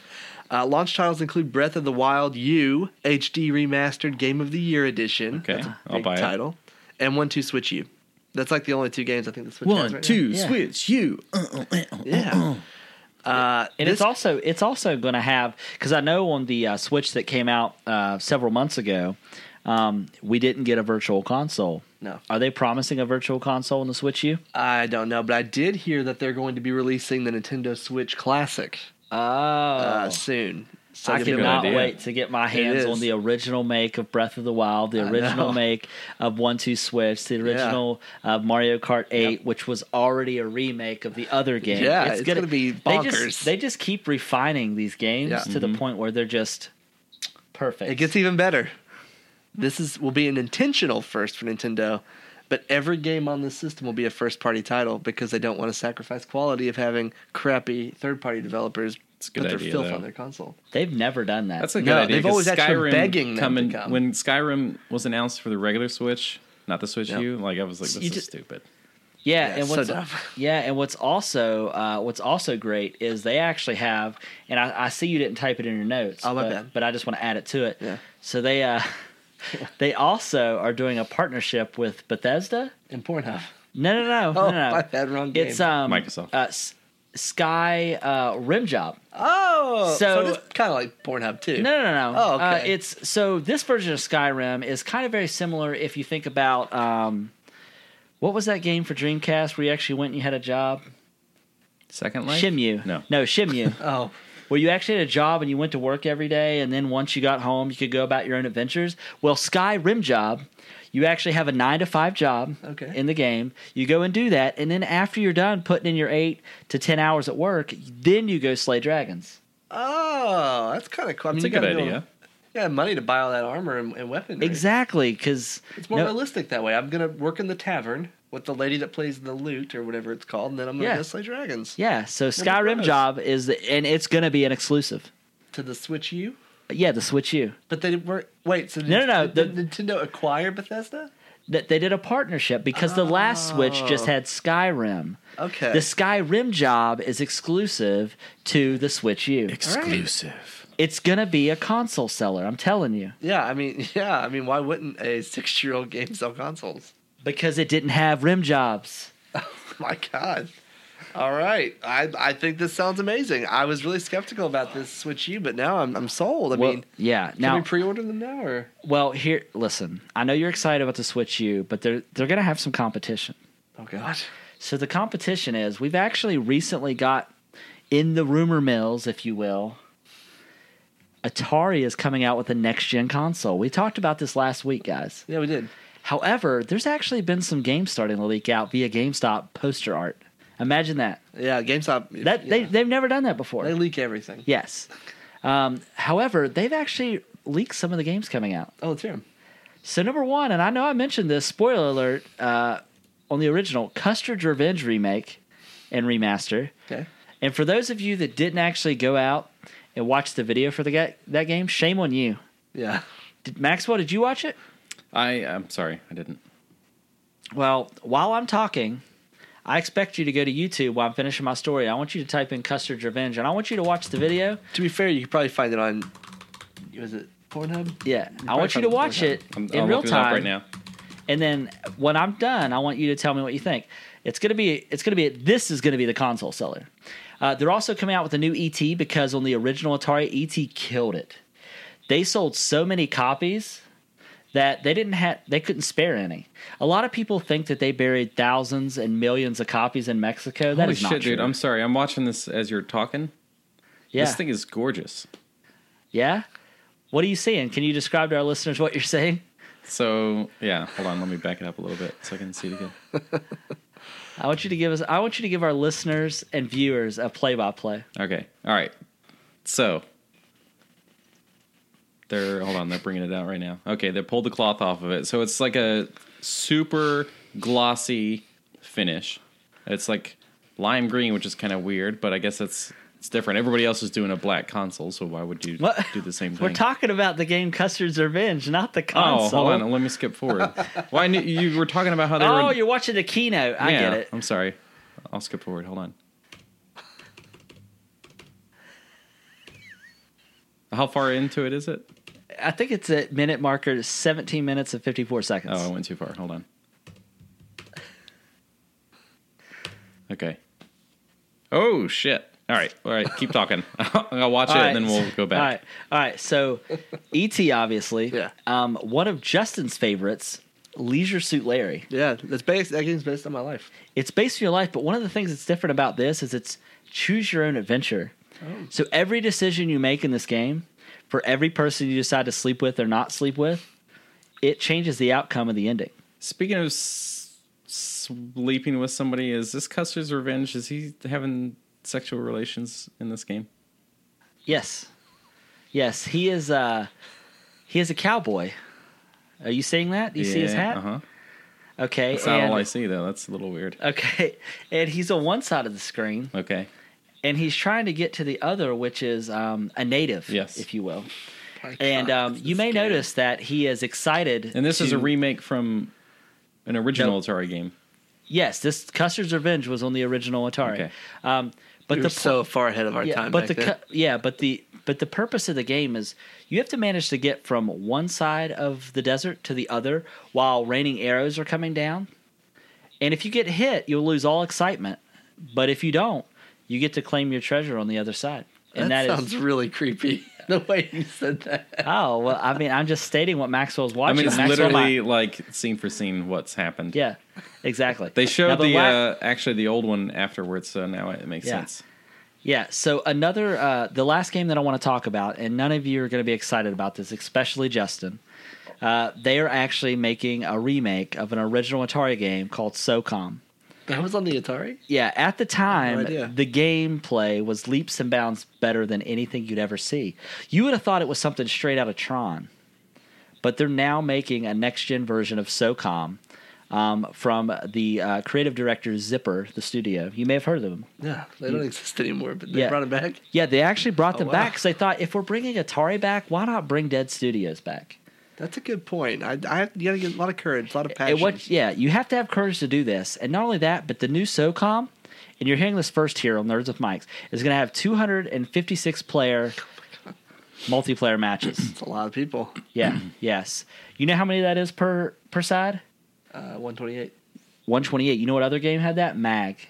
[SPEAKER 4] Uh, launch titles include Breath of the Wild U HD Remastered Game of the Year Edition.
[SPEAKER 2] Okay,
[SPEAKER 4] That's a
[SPEAKER 2] I'll
[SPEAKER 4] big
[SPEAKER 2] buy it.
[SPEAKER 4] title. And One Two Switch U. That's like the only two games I think the Switch has
[SPEAKER 1] One,
[SPEAKER 4] right
[SPEAKER 1] two,
[SPEAKER 3] Yeah.
[SPEAKER 1] switch Uh-uh, you.
[SPEAKER 4] now. Yeah.
[SPEAKER 1] uh-uh.
[SPEAKER 4] Uh,
[SPEAKER 3] And
[SPEAKER 4] this-
[SPEAKER 3] it's also it's also going to have because I know on the uh, Switch that came out uh, several months ago, um, we didn't get a virtual console.
[SPEAKER 4] No.
[SPEAKER 3] Are they promising a virtual console on the Switch U?
[SPEAKER 4] I don't know, but I did hear that they're going to be releasing the Nintendo Switch Classic
[SPEAKER 3] Oh,
[SPEAKER 4] uh, soon. So
[SPEAKER 3] I
[SPEAKER 4] you'll be able
[SPEAKER 3] cannot
[SPEAKER 2] idea.
[SPEAKER 3] wait to get my hands
[SPEAKER 4] is.
[SPEAKER 3] on the original make of Breath of the Wild, the original
[SPEAKER 4] know.
[SPEAKER 3] make of One Two Switch, the original uh, Mario Kart Eight, which was already a remake of the other game.
[SPEAKER 4] Yeah, it's gonna be
[SPEAKER 3] They
[SPEAKER 4] bonkers.
[SPEAKER 3] just, they just keep refining these games
[SPEAKER 4] Yeah.
[SPEAKER 3] to the point where they're just perfect.
[SPEAKER 4] It gets even better. This is will be an intentional first for Nintendo, but every game on this system will be a first party title because they don't want to sacrifice quality of having crappy third party developers
[SPEAKER 2] a good
[SPEAKER 4] put their
[SPEAKER 2] idea,
[SPEAKER 4] filth
[SPEAKER 2] though.
[SPEAKER 4] on their console.
[SPEAKER 3] They've never done that.
[SPEAKER 2] That's a good
[SPEAKER 4] No,
[SPEAKER 2] idea.
[SPEAKER 4] they've
[SPEAKER 2] 'cause
[SPEAKER 4] always actually begging them
[SPEAKER 2] coming-
[SPEAKER 4] to come.
[SPEAKER 2] When Skyrim was announced for the regular Switch, not the Switch
[SPEAKER 4] Yep.
[SPEAKER 2] U, like I was like, this
[SPEAKER 3] You
[SPEAKER 2] is
[SPEAKER 3] just-
[SPEAKER 2] stupid.
[SPEAKER 3] Yeah,
[SPEAKER 4] Yeah,
[SPEAKER 3] and
[SPEAKER 4] so
[SPEAKER 3] what's
[SPEAKER 4] dumb.
[SPEAKER 3] <laughs> yeah, and what's also uh, what's also great is they actually have, and I, I see you didn't type it in your notes.
[SPEAKER 4] Oh, my
[SPEAKER 3] but,
[SPEAKER 4] bad.
[SPEAKER 3] but I just want to add it to it.
[SPEAKER 4] Yeah.
[SPEAKER 3] So they uh, <laughs> they also are doing a partnership with Bethesda.
[SPEAKER 4] And
[SPEAKER 3] <laughs>
[SPEAKER 4] Pornhub.
[SPEAKER 3] No, no, no,
[SPEAKER 4] Oh,
[SPEAKER 3] no, no.
[SPEAKER 4] I had wrong game.
[SPEAKER 3] It's um
[SPEAKER 2] Microsoft.
[SPEAKER 3] uh, S- Sky uh, Rim Job.
[SPEAKER 4] oh, so,
[SPEAKER 3] So-
[SPEAKER 4] it's kind of like Pornhub too.
[SPEAKER 3] No, no, no. no.
[SPEAKER 4] Oh,
[SPEAKER 3] Uh,
[SPEAKER 4] okay.
[SPEAKER 3] it's so this version of Skyrim is kind of very similar if you think about um, what was that game for Dreamcast where you actually went and you had a job.
[SPEAKER 2] Second life.
[SPEAKER 3] Shimu.
[SPEAKER 2] No.
[SPEAKER 4] <laughs>
[SPEAKER 3] No, Shimu.
[SPEAKER 4] Oh,
[SPEAKER 3] where you actually had a job and you went to work every day, and then once you got home, you could go about your own adventures. Well, Sky Rim Job, you actually have a nine to five job
[SPEAKER 4] Okay.
[SPEAKER 3] in the game. You go and do that, and then after you're done putting in your eight to ten hours at work, then you go slay dragons.
[SPEAKER 4] oh, that's kind of cool. I mean,
[SPEAKER 2] That's a
[SPEAKER 4] you
[SPEAKER 2] good
[SPEAKER 4] gotta be able-
[SPEAKER 2] idea.
[SPEAKER 4] You got money to buy all that armor and, and weaponry.
[SPEAKER 3] Exactly, because
[SPEAKER 4] It's more realistic that way. I'm gonna work in the tavern with the lady that plays the lute or whatever it's called, and then I'm gonna
[SPEAKER 3] Yeah.
[SPEAKER 4] go slay dragons.
[SPEAKER 3] yeah. So Sky Rim
[SPEAKER 4] gross.
[SPEAKER 3] Job is, the, and it's going to be an exclusive.
[SPEAKER 4] to the Switch U.
[SPEAKER 3] Yeah, the Switch U.
[SPEAKER 4] But they weren't. Wait, so did,
[SPEAKER 3] No, no, no,
[SPEAKER 4] did
[SPEAKER 3] the-
[SPEAKER 4] Nintendo acquire Bethesda?
[SPEAKER 3] That they did a partnership because the last Switch just had Skyrim.
[SPEAKER 4] Okay.
[SPEAKER 3] <laughs> The Skyrim job is exclusive to the Switch U.
[SPEAKER 2] Exclusive.
[SPEAKER 3] it's gonna be a console seller. I'm telling you,
[SPEAKER 4] Yeah, I mean, <laughs> yeah, I mean, why wouldn't a six-year-old game sell consoles? <laughs>
[SPEAKER 3] because it didn't have rim jobs.
[SPEAKER 4] My God. All right, I I think this sounds amazing. I was really skeptical about this Switch U, but now I'm I'm sold. I
[SPEAKER 3] Well,
[SPEAKER 4] mean,
[SPEAKER 3] yeah.
[SPEAKER 4] can
[SPEAKER 3] Now,
[SPEAKER 4] we pre-order them now or?
[SPEAKER 3] well, here, listen. I know you're excited about the Switch U, but they're they're gonna have some competition.
[SPEAKER 4] Oh God.
[SPEAKER 3] So the competition is we've actually recently got in the rumor mills, if you will. Atari is coming out with a next gen console. We talked about this last week, guys.
[SPEAKER 4] Yeah, we did.
[SPEAKER 3] However, there's actually been some games starting to leak out via GameStop poster art. Imagine that.
[SPEAKER 4] Yeah, GameStop.
[SPEAKER 3] That
[SPEAKER 4] yeah.
[SPEAKER 3] they they've never done that before.
[SPEAKER 4] They leak everything.
[SPEAKER 3] Yes. Um, however, they've actually leaked some of the games coming out.
[SPEAKER 4] Oh, it's him.
[SPEAKER 3] So number one, and I know I mentioned this. Spoiler alert uh, on the original Custard's Revenge remake and remaster.
[SPEAKER 4] Okay.
[SPEAKER 3] And for those of you that didn't actually go out and watch the video for the ga- that game, shame on you.
[SPEAKER 4] Yeah.
[SPEAKER 3] Did, Maxwell, did you watch it?
[SPEAKER 2] I I'm sorry, I didn't.
[SPEAKER 3] Well, while I'm talking, I expect you to go to YouTube while I'm finishing my story. I want you to type in Custard's Revenge, and I want you to watch the video.
[SPEAKER 4] To be fair, you could probably find it on. Was it Pornhub?
[SPEAKER 3] Yeah, I want you to watch it
[SPEAKER 2] I'm,
[SPEAKER 3] in
[SPEAKER 2] I'm
[SPEAKER 3] real
[SPEAKER 2] looking it up
[SPEAKER 3] time
[SPEAKER 2] right now.
[SPEAKER 3] And then when I'm done, I want you to tell me what you think. It's gonna be it's gonna be this is gonna be the console seller. Uh, they're also coming out with a new ET because on the original Atari, ET killed it. They sold so many copies that they didn't have they couldn't spare any. A lot of people think that they buried thousands and millions of copies in Mexico. That
[SPEAKER 2] Holy
[SPEAKER 3] is
[SPEAKER 2] shit,
[SPEAKER 3] not true.
[SPEAKER 2] dude! I'm sorry. I'm watching this as you're talking.
[SPEAKER 3] yeah,
[SPEAKER 2] This thing is gorgeous.
[SPEAKER 3] yeah. What are you seeing? Can you describe to our listeners what you're seeing?
[SPEAKER 2] So yeah, hold on. Let me back it up a little bit so I can see it again.
[SPEAKER 3] I want you to give us I want you to give our listeners and viewers a play by play.
[SPEAKER 2] Okay. All right. So they're hold on, they're bringing it out right now. Okay, they pulled the cloth off of it. So it's like a super glossy finish. It's like lime green, which is kind of weird, but I guess it's it's different. Everybody else is doing a black console, so why would you
[SPEAKER 3] What?
[SPEAKER 2] do the same thing?
[SPEAKER 3] We're talking about the game Custard's Revenge, not the
[SPEAKER 2] oh,
[SPEAKER 3] console.
[SPEAKER 2] hold on, let me skip
[SPEAKER 3] <laughs>
[SPEAKER 2] forward. well, I knew you were talking about how they
[SPEAKER 3] Oh,
[SPEAKER 2] were
[SPEAKER 3] you're watching the keynote. I get it.
[SPEAKER 2] I'm sorry. I'll skip forward. Hold on. How far into it is it?
[SPEAKER 3] I think it's at minute marker 17 minutes and 54 seconds.
[SPEAKER 2] Oh, I went too far. Hold on. Okay. Oh shit! All right, all right. Keep talking. <laughs> I'll watch
[SPEAKER 3] All
[SPEAKER 2] it
[SPEAKER 3] right.
[SPEAKER 2] and then we'll go back.
[SPEAKER 3] All right. All right. So, E.T., obviously.
[SPEAKER 4] Yeah.
[SPEAKER 3] Um, one of Justin's favorites, Leisure Suit Larry.
[SPEAKER 4] Yeah, that's based. That game's based on my life.
[SPEAKER 3] it's based on your life, but one of the things that's different about this is it's choose your own adventure. So every decision you make in this game, for every person you decide to sleep with or not sleep with, it changes the outcome of the ending.
[SPEAKER 2] Speaking of s- sleeping with somebody, is this Custer's revenge? Is he having sexual relations in this game?
[SPEAKER 3] Yes. Yes, he is uh he is a cowboy. Are you seeing that? Do you see his hat?
[SPEAKER 2] Uh huh.
[SPEAKER 3] Okay.
[SPEAKER 2] That's not
[SPEAKER 3] and-
[SPEAKER 2] all I see though. That's a little weird.
[SPEAKER 3] <laughs> okay. And he's on one side of the screen.
[SPEAKER 2] Okay.
[SPEAKER 3] and he's trying to get to the other, which is um, a native,
[SPEAKER 2] Yes.
[SPEAKER 3] if you will.
[SPEAKER 4] My
[SPEAKER 3] and
[SPEAKER 4] God,
[SPEAKER 3] um,
[SPEAKER 4] this
[SPEAKER 3] you
[SPEAKER 4] is
[SPEAKER 3] may
[SPEAKER 4] scary.
[SPEAKER 3] notice that he is excited.
[SPEAKER 2] And this is a
[SPEAKER 3] to-
[SPEAKER 2] remake from an original
[SPEAKER 3] Nope.
[SPEAKER 2] Atari game.
[SPEAKER 3] yes. This Custer's Revenge was on the original Atari,
[SPEAKER 2] Okay.
[SPEAKER 3] um, but
[SPEAKER 4] We
[SPEAKER 3] the
[SPEAKER 4] were so far ahead of our
[SPEAKER 3] yeah,
[SPEAKER 4] time. back
[SPEAKER 3] but the
[SPEAKER 4] then.
[SPEAKER 3] cu- yeah, but the but the purpose of the game is you have to manage to get from one side of the desert to the other while raining arrows are coming down. And if you get hit, you'll lose all excitement. But if you don't, you get to claim your treasure on the other side. And
[SPEAKER 4] that,
[SPEAKER 3] that is
[SPEAKER 4] sounds really
[SPEAKER 3] <laughs>
[SPEAKER 4] creepy. The way you said that.
[SPEAKER 3] Oh well, I mean, I'm just stating what Maxwell's watching.
[SPEAKER 2] I mean, it's
[SPEAKER 3] Maxwell
[SPEAKER 2] literally
[SPEAKER 3] might-
[SPEAKER 2] like scene for scene what's happened.
[SPEAKER 3] yeah, exactly.
[SPEAKER 2] They
[SPEAKER 3] Now,
[SPEAKER 2] showed
[SPEAKER 3] the
[SPEAKER 2] the
[SPEAKER 3] la-
[SPEAKER 2] uh, actually the old one afterwards, so now it makes
[SPEAKER 3] Yeah.
[SPEAKER 2] sense.
[SPEAKER 3] yeah. So another, uh, the last game that I want to talk about, and none of you are going to be excited about this, especially Justin. Uh, they are actually making a remake of an original Atari game called SOCOM.
[SPEAKER 4] That was on the Atari.
[SPEAKER 3] Yeah, at the time,
[SPEAKER 4] idea.
[SPEAKER 3] the gameplay was leaps and bounds better than anything you'd ever see. You would have thought it was something straight out of Tron, but they're now making a next gen version of SOCOM um, from the uh, creative director Zipper, the studio. You may have heard of them.
[SPEAKER 4] Yeah, they don't exist anymore, but they
[SPEAKER 3] Yeah.
[SPEAKER 4] brought it back.
[SPEAKER 3] Yeah, they actually brought them
[SPEAKER 4] wow.
[SPEAKER 3] back because they thought if we're bringing Atari back, why not bring Dead Studios back?
[SPEAKER 4] That's a good point. I, I have, you gotta get a lot of courage, a lot of passion.
[SPEAKER 3] And what? Yeah, you have to have courage to do this. And not only that, but the new SOCOM, and you're hearing this first here on Nerds with Mics, is going to have 256 player
[SPEAKER 4] <clears throat>
[SPEAKER 3] multiplayer matches.
[SPEAKER 4] It's a lot of people.
[SPEAKER 3] Yeah. yes. You know how many that is per per side?
[SPEAKER 4] Uh, 128.
[SPEAKER 3] 128. You know what other game had that? Mag.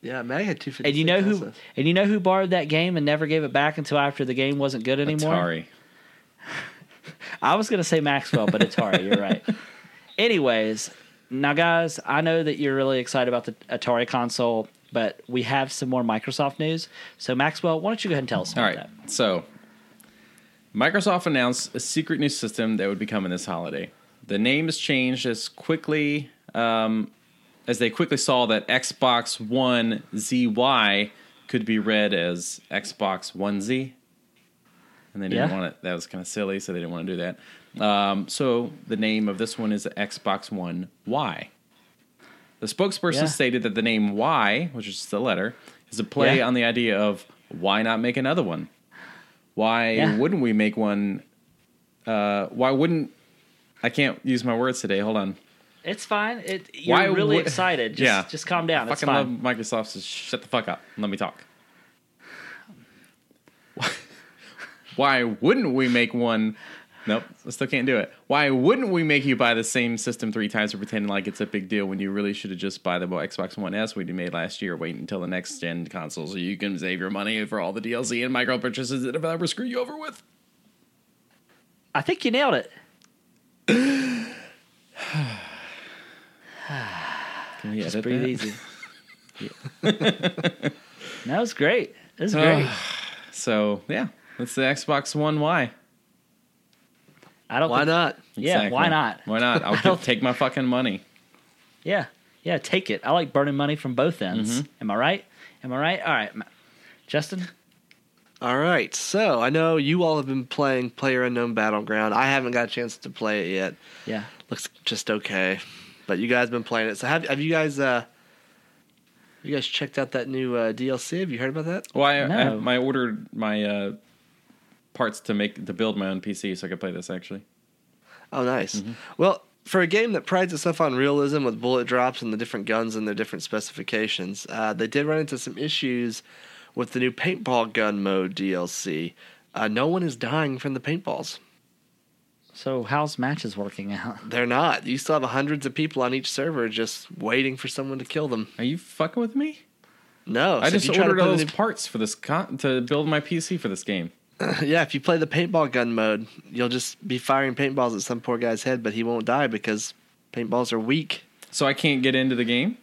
[SPEAKER 4] Yeah, Mag had 250.
[SPEAKER 3] And you know who? And you know who borrowed that game and never gave it back until after the game wasn't good anymore.
[SPEAKER 2] Atari.
[SPEAKER 3] I was gonna say Maxwell, but Atari. you're
[SPEAKER 2] <laughs>
[SPEAKER 3] right. Anyways, now guys, I know that you're really excited about the Atari console, but we have some more Microsoft news. So Maxwell, why don't you go ahead and tell us?
[SPEAKER 2] All
[SPEAKER 3] about
[SPEAKER 2] right. So, Microsoft announced a secret new system that would be coming this holiday. The name is changed as quickly um, as they quickly saw that Xbox One ZY could be read as Xbox One Z, and they didn't
[SPEAKER 3] Yeah.
[SPEAKER 2] want it. That was kind of silly, so they didn't want to do that. Um, so the name of this one is Xbox One Y. The spokesperson
[SPEAKER 3] Yeah.
[SPEAKER 2] stated that the name Y, which is just the letter, is a play
[SPEAKER 3] Yeah.
[SPEAKER 2] on the idea of why not make another one? Why
[SPEAKER 3] Yeah.
[SPEAKER 2] wouldn't we make one? Uh, why wouldn't I can't use my words today. Hold on.
[SPEAKER 3] That. It's fine. It, you're
[SPEAKER 2] Why
[SPEAKER 3] really
[SPEAKER 2] would-
[SPEAKER 3] excited. Just,
[SPEAKER 2] Yeah.
[SPEAKER 3] just calm down. It's
[SPEAKER 2] Fucking
[SPEAKER 3] fine.
[SPEAKER 2] love Microsoft. So shut the fuck up. and Let me talk. <laughs> Why wouldn't we make one? Nope, I still can't do it. Why wouldn't we make you buy the same system three times or pretend like it's a big deal when you really should have just buy the Xbox One S we made last year? Wait until the next gen console so you can save your money for all the DLC and micro purchases that developers screw you over with.
[SPEAKER 3] I think you
[SPEAKER 2] <sighs>
[SPEAKER 3] nailed it.
[SPEAKER 2] Can we
[SPEAKER 3] Just
[SPEAKER 2] edit
[SPEAKER 3] breathe
[SPEAKER 2] that? <laughs>
[SPEAKER 3] easy. <laughs> that was great. That
[SPEAKER 2] <sighs>
[SPEAKER 3] was great.
[SPEAKER 2] So yeah, that's the Xbox One Y.
[SPEAKER 3] I don't.
[SPEAKER 4] Why
[SPEAKER 3] think,
[SPEAKER 4] not?
[SPEAKER 3] Yeah. Why
[SPEAKER 2] Exactly.
[SPEAKER 3] not?
[SPEAKER 2] Why not? I'll
[SPEAKER 3] <laughs> don't-
[SPEAKER 2] give, take my fucking money.
[SPEAKER 3] Yeah. Yeah, take it. I like burning money from both ends. Am I right? Am I right? All right. Ma- Justin?
[SPEAKER 4] All right, so I know you all have been playing Player Unknown Battleground. I haven't got a chance to play it yet.
[SPEAKER 3] Yeah.
[SPEAKER 4] Looks just okay, but you guys been playing it. So have have you guys? uh You guys checked out that new uh, DLC? Have you heard about that?
[SPEAKER 2] Well, I,
[SPEAKER 3] No.
[SPEAKER 2] I, I ordered my uh, parts to make to build my own PC so I could play this actually.
[SPEAKER 4] Oh, nice.
[SPEAKER 2] Mm-hmm.
[SPEAKER 4] Well, for a game that prides itself on realism with bullet drops and the different guns and their different specifications, uh, they did run into some issues with the new paintball gun mode DLC. Uh, no one is dying from the paintballs.
[SPEAKER 3] So, how's matches working <laughs> out?
[SPEAKER 4] They're not. You still have hundreds of people on each server just waiting for someone to kill them.
[SPEAKER 2] Are you fucking with me?
[SPEAKER 4] No,
[SPEAKER 2] I
[SPEAKER 4] so if
[SPEAKER 2] just
[SPEAKER 4] you try to
[SPEAKER 2] ordered all
[SPEAKER 4] play
[SPEAKER 2] those
[SPEAKER 4] the
[SPEAKER 2] parts for this con- to build my PC for this game.
[SPEAKER 4] new- yeah, if you play the paintball gun mode, you'll just be firing paintballs at some poor guy's head, but he won't die because paintballs are weak.
[SPEAKER 2] So I can't get into the game.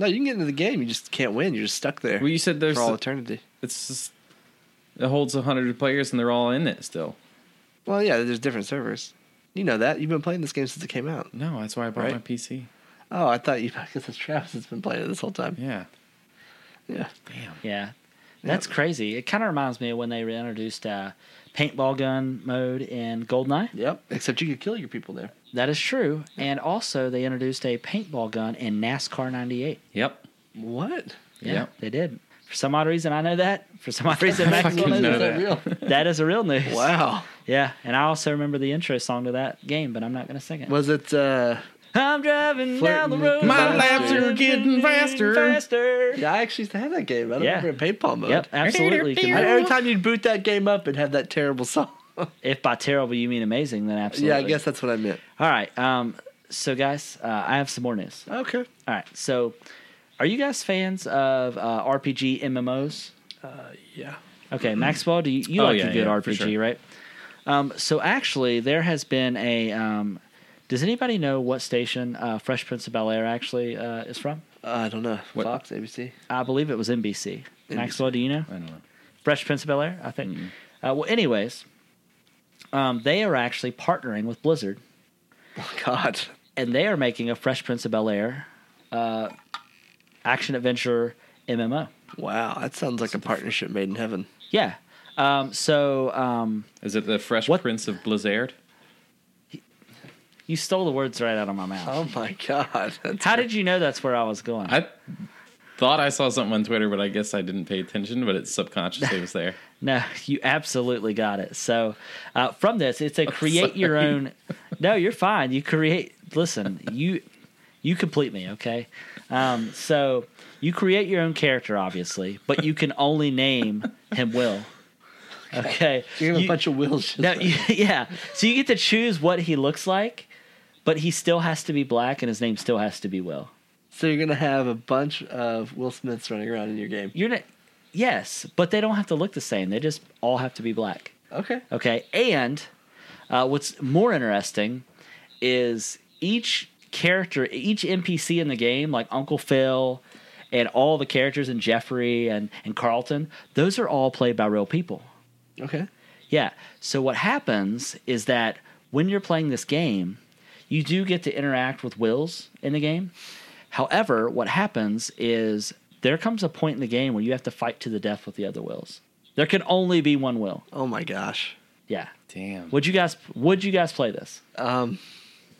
[SPEAKER 4] No, you can get into the game. You just can't win. You're just stuck there
[SPEAKER 2] Well, you said there's
[SPEAKER 4] for all eternity.
[SPEAKER 2] it's just, it holds hundred players and they're all in it still.
[SPEAKER 4] Well, yeah, there's different servers. You know that. You've been playing this game since it came out.
[SPEAKER 2] No, that's why I bought
[SPEAKER 4] Right.
[SPEAKER 2] my PC.
[SPEAKER 4] Oh, I thought you <laughs> because it's Travis that's been playing it this whole time.
[SPEAKER 2] Yeah,
[SPEAKER 4] Yeah.
[SPEAKER 3] Yeah. That's crazy. It kind of reminds me of when they reintroduced uh, paintball gun mode in Goldeneye.
[SPEAKER 4] Yep. Except you could kill your people there.
[SPEAKER 3] That is true. And also, they introduced a paintball gun in NASCAR 98.
[SPEAKER 2] yep.
[SPEAKER 4] What?
[SPEAKER 3] Yeah,
[SPEAKER 2] Yep.
[SPEAKER 3] they did. For some odd reason, I know that. For some <laughs>
[SPEAKER 4] <laughs>
[SPEAKER 3] odd reason,
[SPEAKER 2] I
[SPEAKER 3] Max
[SPEAKER 2] fucking
[SPEAKER 3] knows
[SPEAKER 2] know
[SPEAKER 3] that.
[SPEAKER 2] that.
[SPEAKER 4] real?
[SPEAKER 3] that is a real
[SPEAKER 4] <laughs>
[SPEAKER 3] news.
[SPEAKER 4] wow.
[SPEAKER 3] Yeah, and I also remember the intro song to that game, but I'm not going to sing it.
[SPEAKER 4] Was it? uh
[SPEAKER 3] I'm driving down the
[SPEAKER 4] Flirting with
[SPEAKER 3] road.
[SPEAKER 4] the
[SPEAKER 2] My
[SPEAKER 4] laps
[SPEAKER 2] are getting faster.
[SPEAKER 3] Faster.
[SPEAKER 4] Yeah, I actually used to have that game. I don't
[SPEAKER 3] Yeah.
[SPEAKER 4] remember in paintball mode.
[SPEAKER 3] Yep, absolutely.
[SPEAKER 4] And every time you'd boot that game up, it'd have that terrible song. <laughs>
[SPEAKER 3] If by terrible you mean amazing, then absolutely.
[SPEAKER 4] yeah, I guess that's what I meant.
[SPEAKER 3] All right. Um, so, guys, uh, I have some more news.
[SPEAKER 4] Okay.
[SPEAKER 3] All right. So, are you guys fans of uh, RPG MMOs?
[SPEAKER 4] Yeah.
[SPEAKER 3] Okay, Maxwell, do you, you
[SPEAKER 2] Uh, Oh,
[SPEAKER 3] like
[SPEAKER 2] yeah,
[SPEAKER 3] a good
[SPEAKER 2] yeah, for
[SPEAKER 3] RPG,
[SPEAKER 2] sure.
[SPEAKER 3] right? Um, so actually, there has been a. Um, does anybody know what station uh, Fresh Prince of Bel Air actually uh, is from?
[SPEAKER 4] Uh, I don't know.
[SPEAKER 2] What-
[SPEAKER 4] Fox, ABC.
[SPEAKER 3] I believe it was NBC. Maxwell, do you know?
[SPEAKER 2] I don't know.
[SPEAKER 3] Fresh Prince of Bel Air, I think. Uh, well, anyways, um, they are actually partnering with Blizzard,
[SPEAKER 4] <laughs> Oh, God.
[SPEAKER 3] and they are making a Fresh Prince of Bel Air uh, action adventure MMO.
[SPEAKER 4] Wow, that sounds like a partnership made in heaven.
[SPEAKER 3] Yeah. Um, so um,
[SPEAKER 2] Is it the Fresh
[SPEAKER 3] What-
[SPEAKER 2] Prince of Blizzard?
[SPEAKER 3] You stole the words right out of my mouth.
[SPEAKER 4] Oh my <laughs> god. That's-
[SPEAKER 3] How did you know that's where I was going?
[SPEAKER 2] I thought I saw something on Twitter, but I guess I didn't pay attention. But it subconsciously was there.
[SPEAKER 3] No, you absolutely got it. So, uh, from this, it's a create your own. No, you're fine. You create. Listen, you you complete me, okay? Um, so you create your own character, obviously, but you can only name
[SPEAKER 4] <laughs>
[SPEAKER 3] him Will. Okay,
[SPEAKER 4] you have a
[SPEAKER 3] You-
[SPEAKER 4] bunch of wills. just
[SPEAKER 3] no,
[SPEAKER 4] there.
[SPEAKER 3] you, <laughs> yeah. So you get to choose what he looks like, but he still has to be black, and his name still has to be Will.
[SPEAKER 4] So you're gonna have a bunch of Will Smiths running around in your game.
[SPEAKER 3] You're not. Yes, but they don't have to look the same. They just all have to be black.
[SPEAKER 4] Okay.
[SPEAKER 3] Okay. And uh, what's more interesting is each character, each NPC in the game, like Uncle Phil and all the characters in Jeffrey and, and Carlton, those are all played by real people.
[SPEAKER 4] Okay.
[SPEAKER 3] Yeah. So what happens is that when you're playing this game, you do get to interact with wills in the game. However, what happens is there comes a point in the game where you have to fight to the death with the other wills. There can only be one will.
[SPEAKER 4] Oh my gosh.
[SPEAKER 3] Yeah.
[SPEAKER 2] <laughs> Damn.
[SPEAKER 3] Would you guys would you guys play this?
[SPEAKER 4] Um,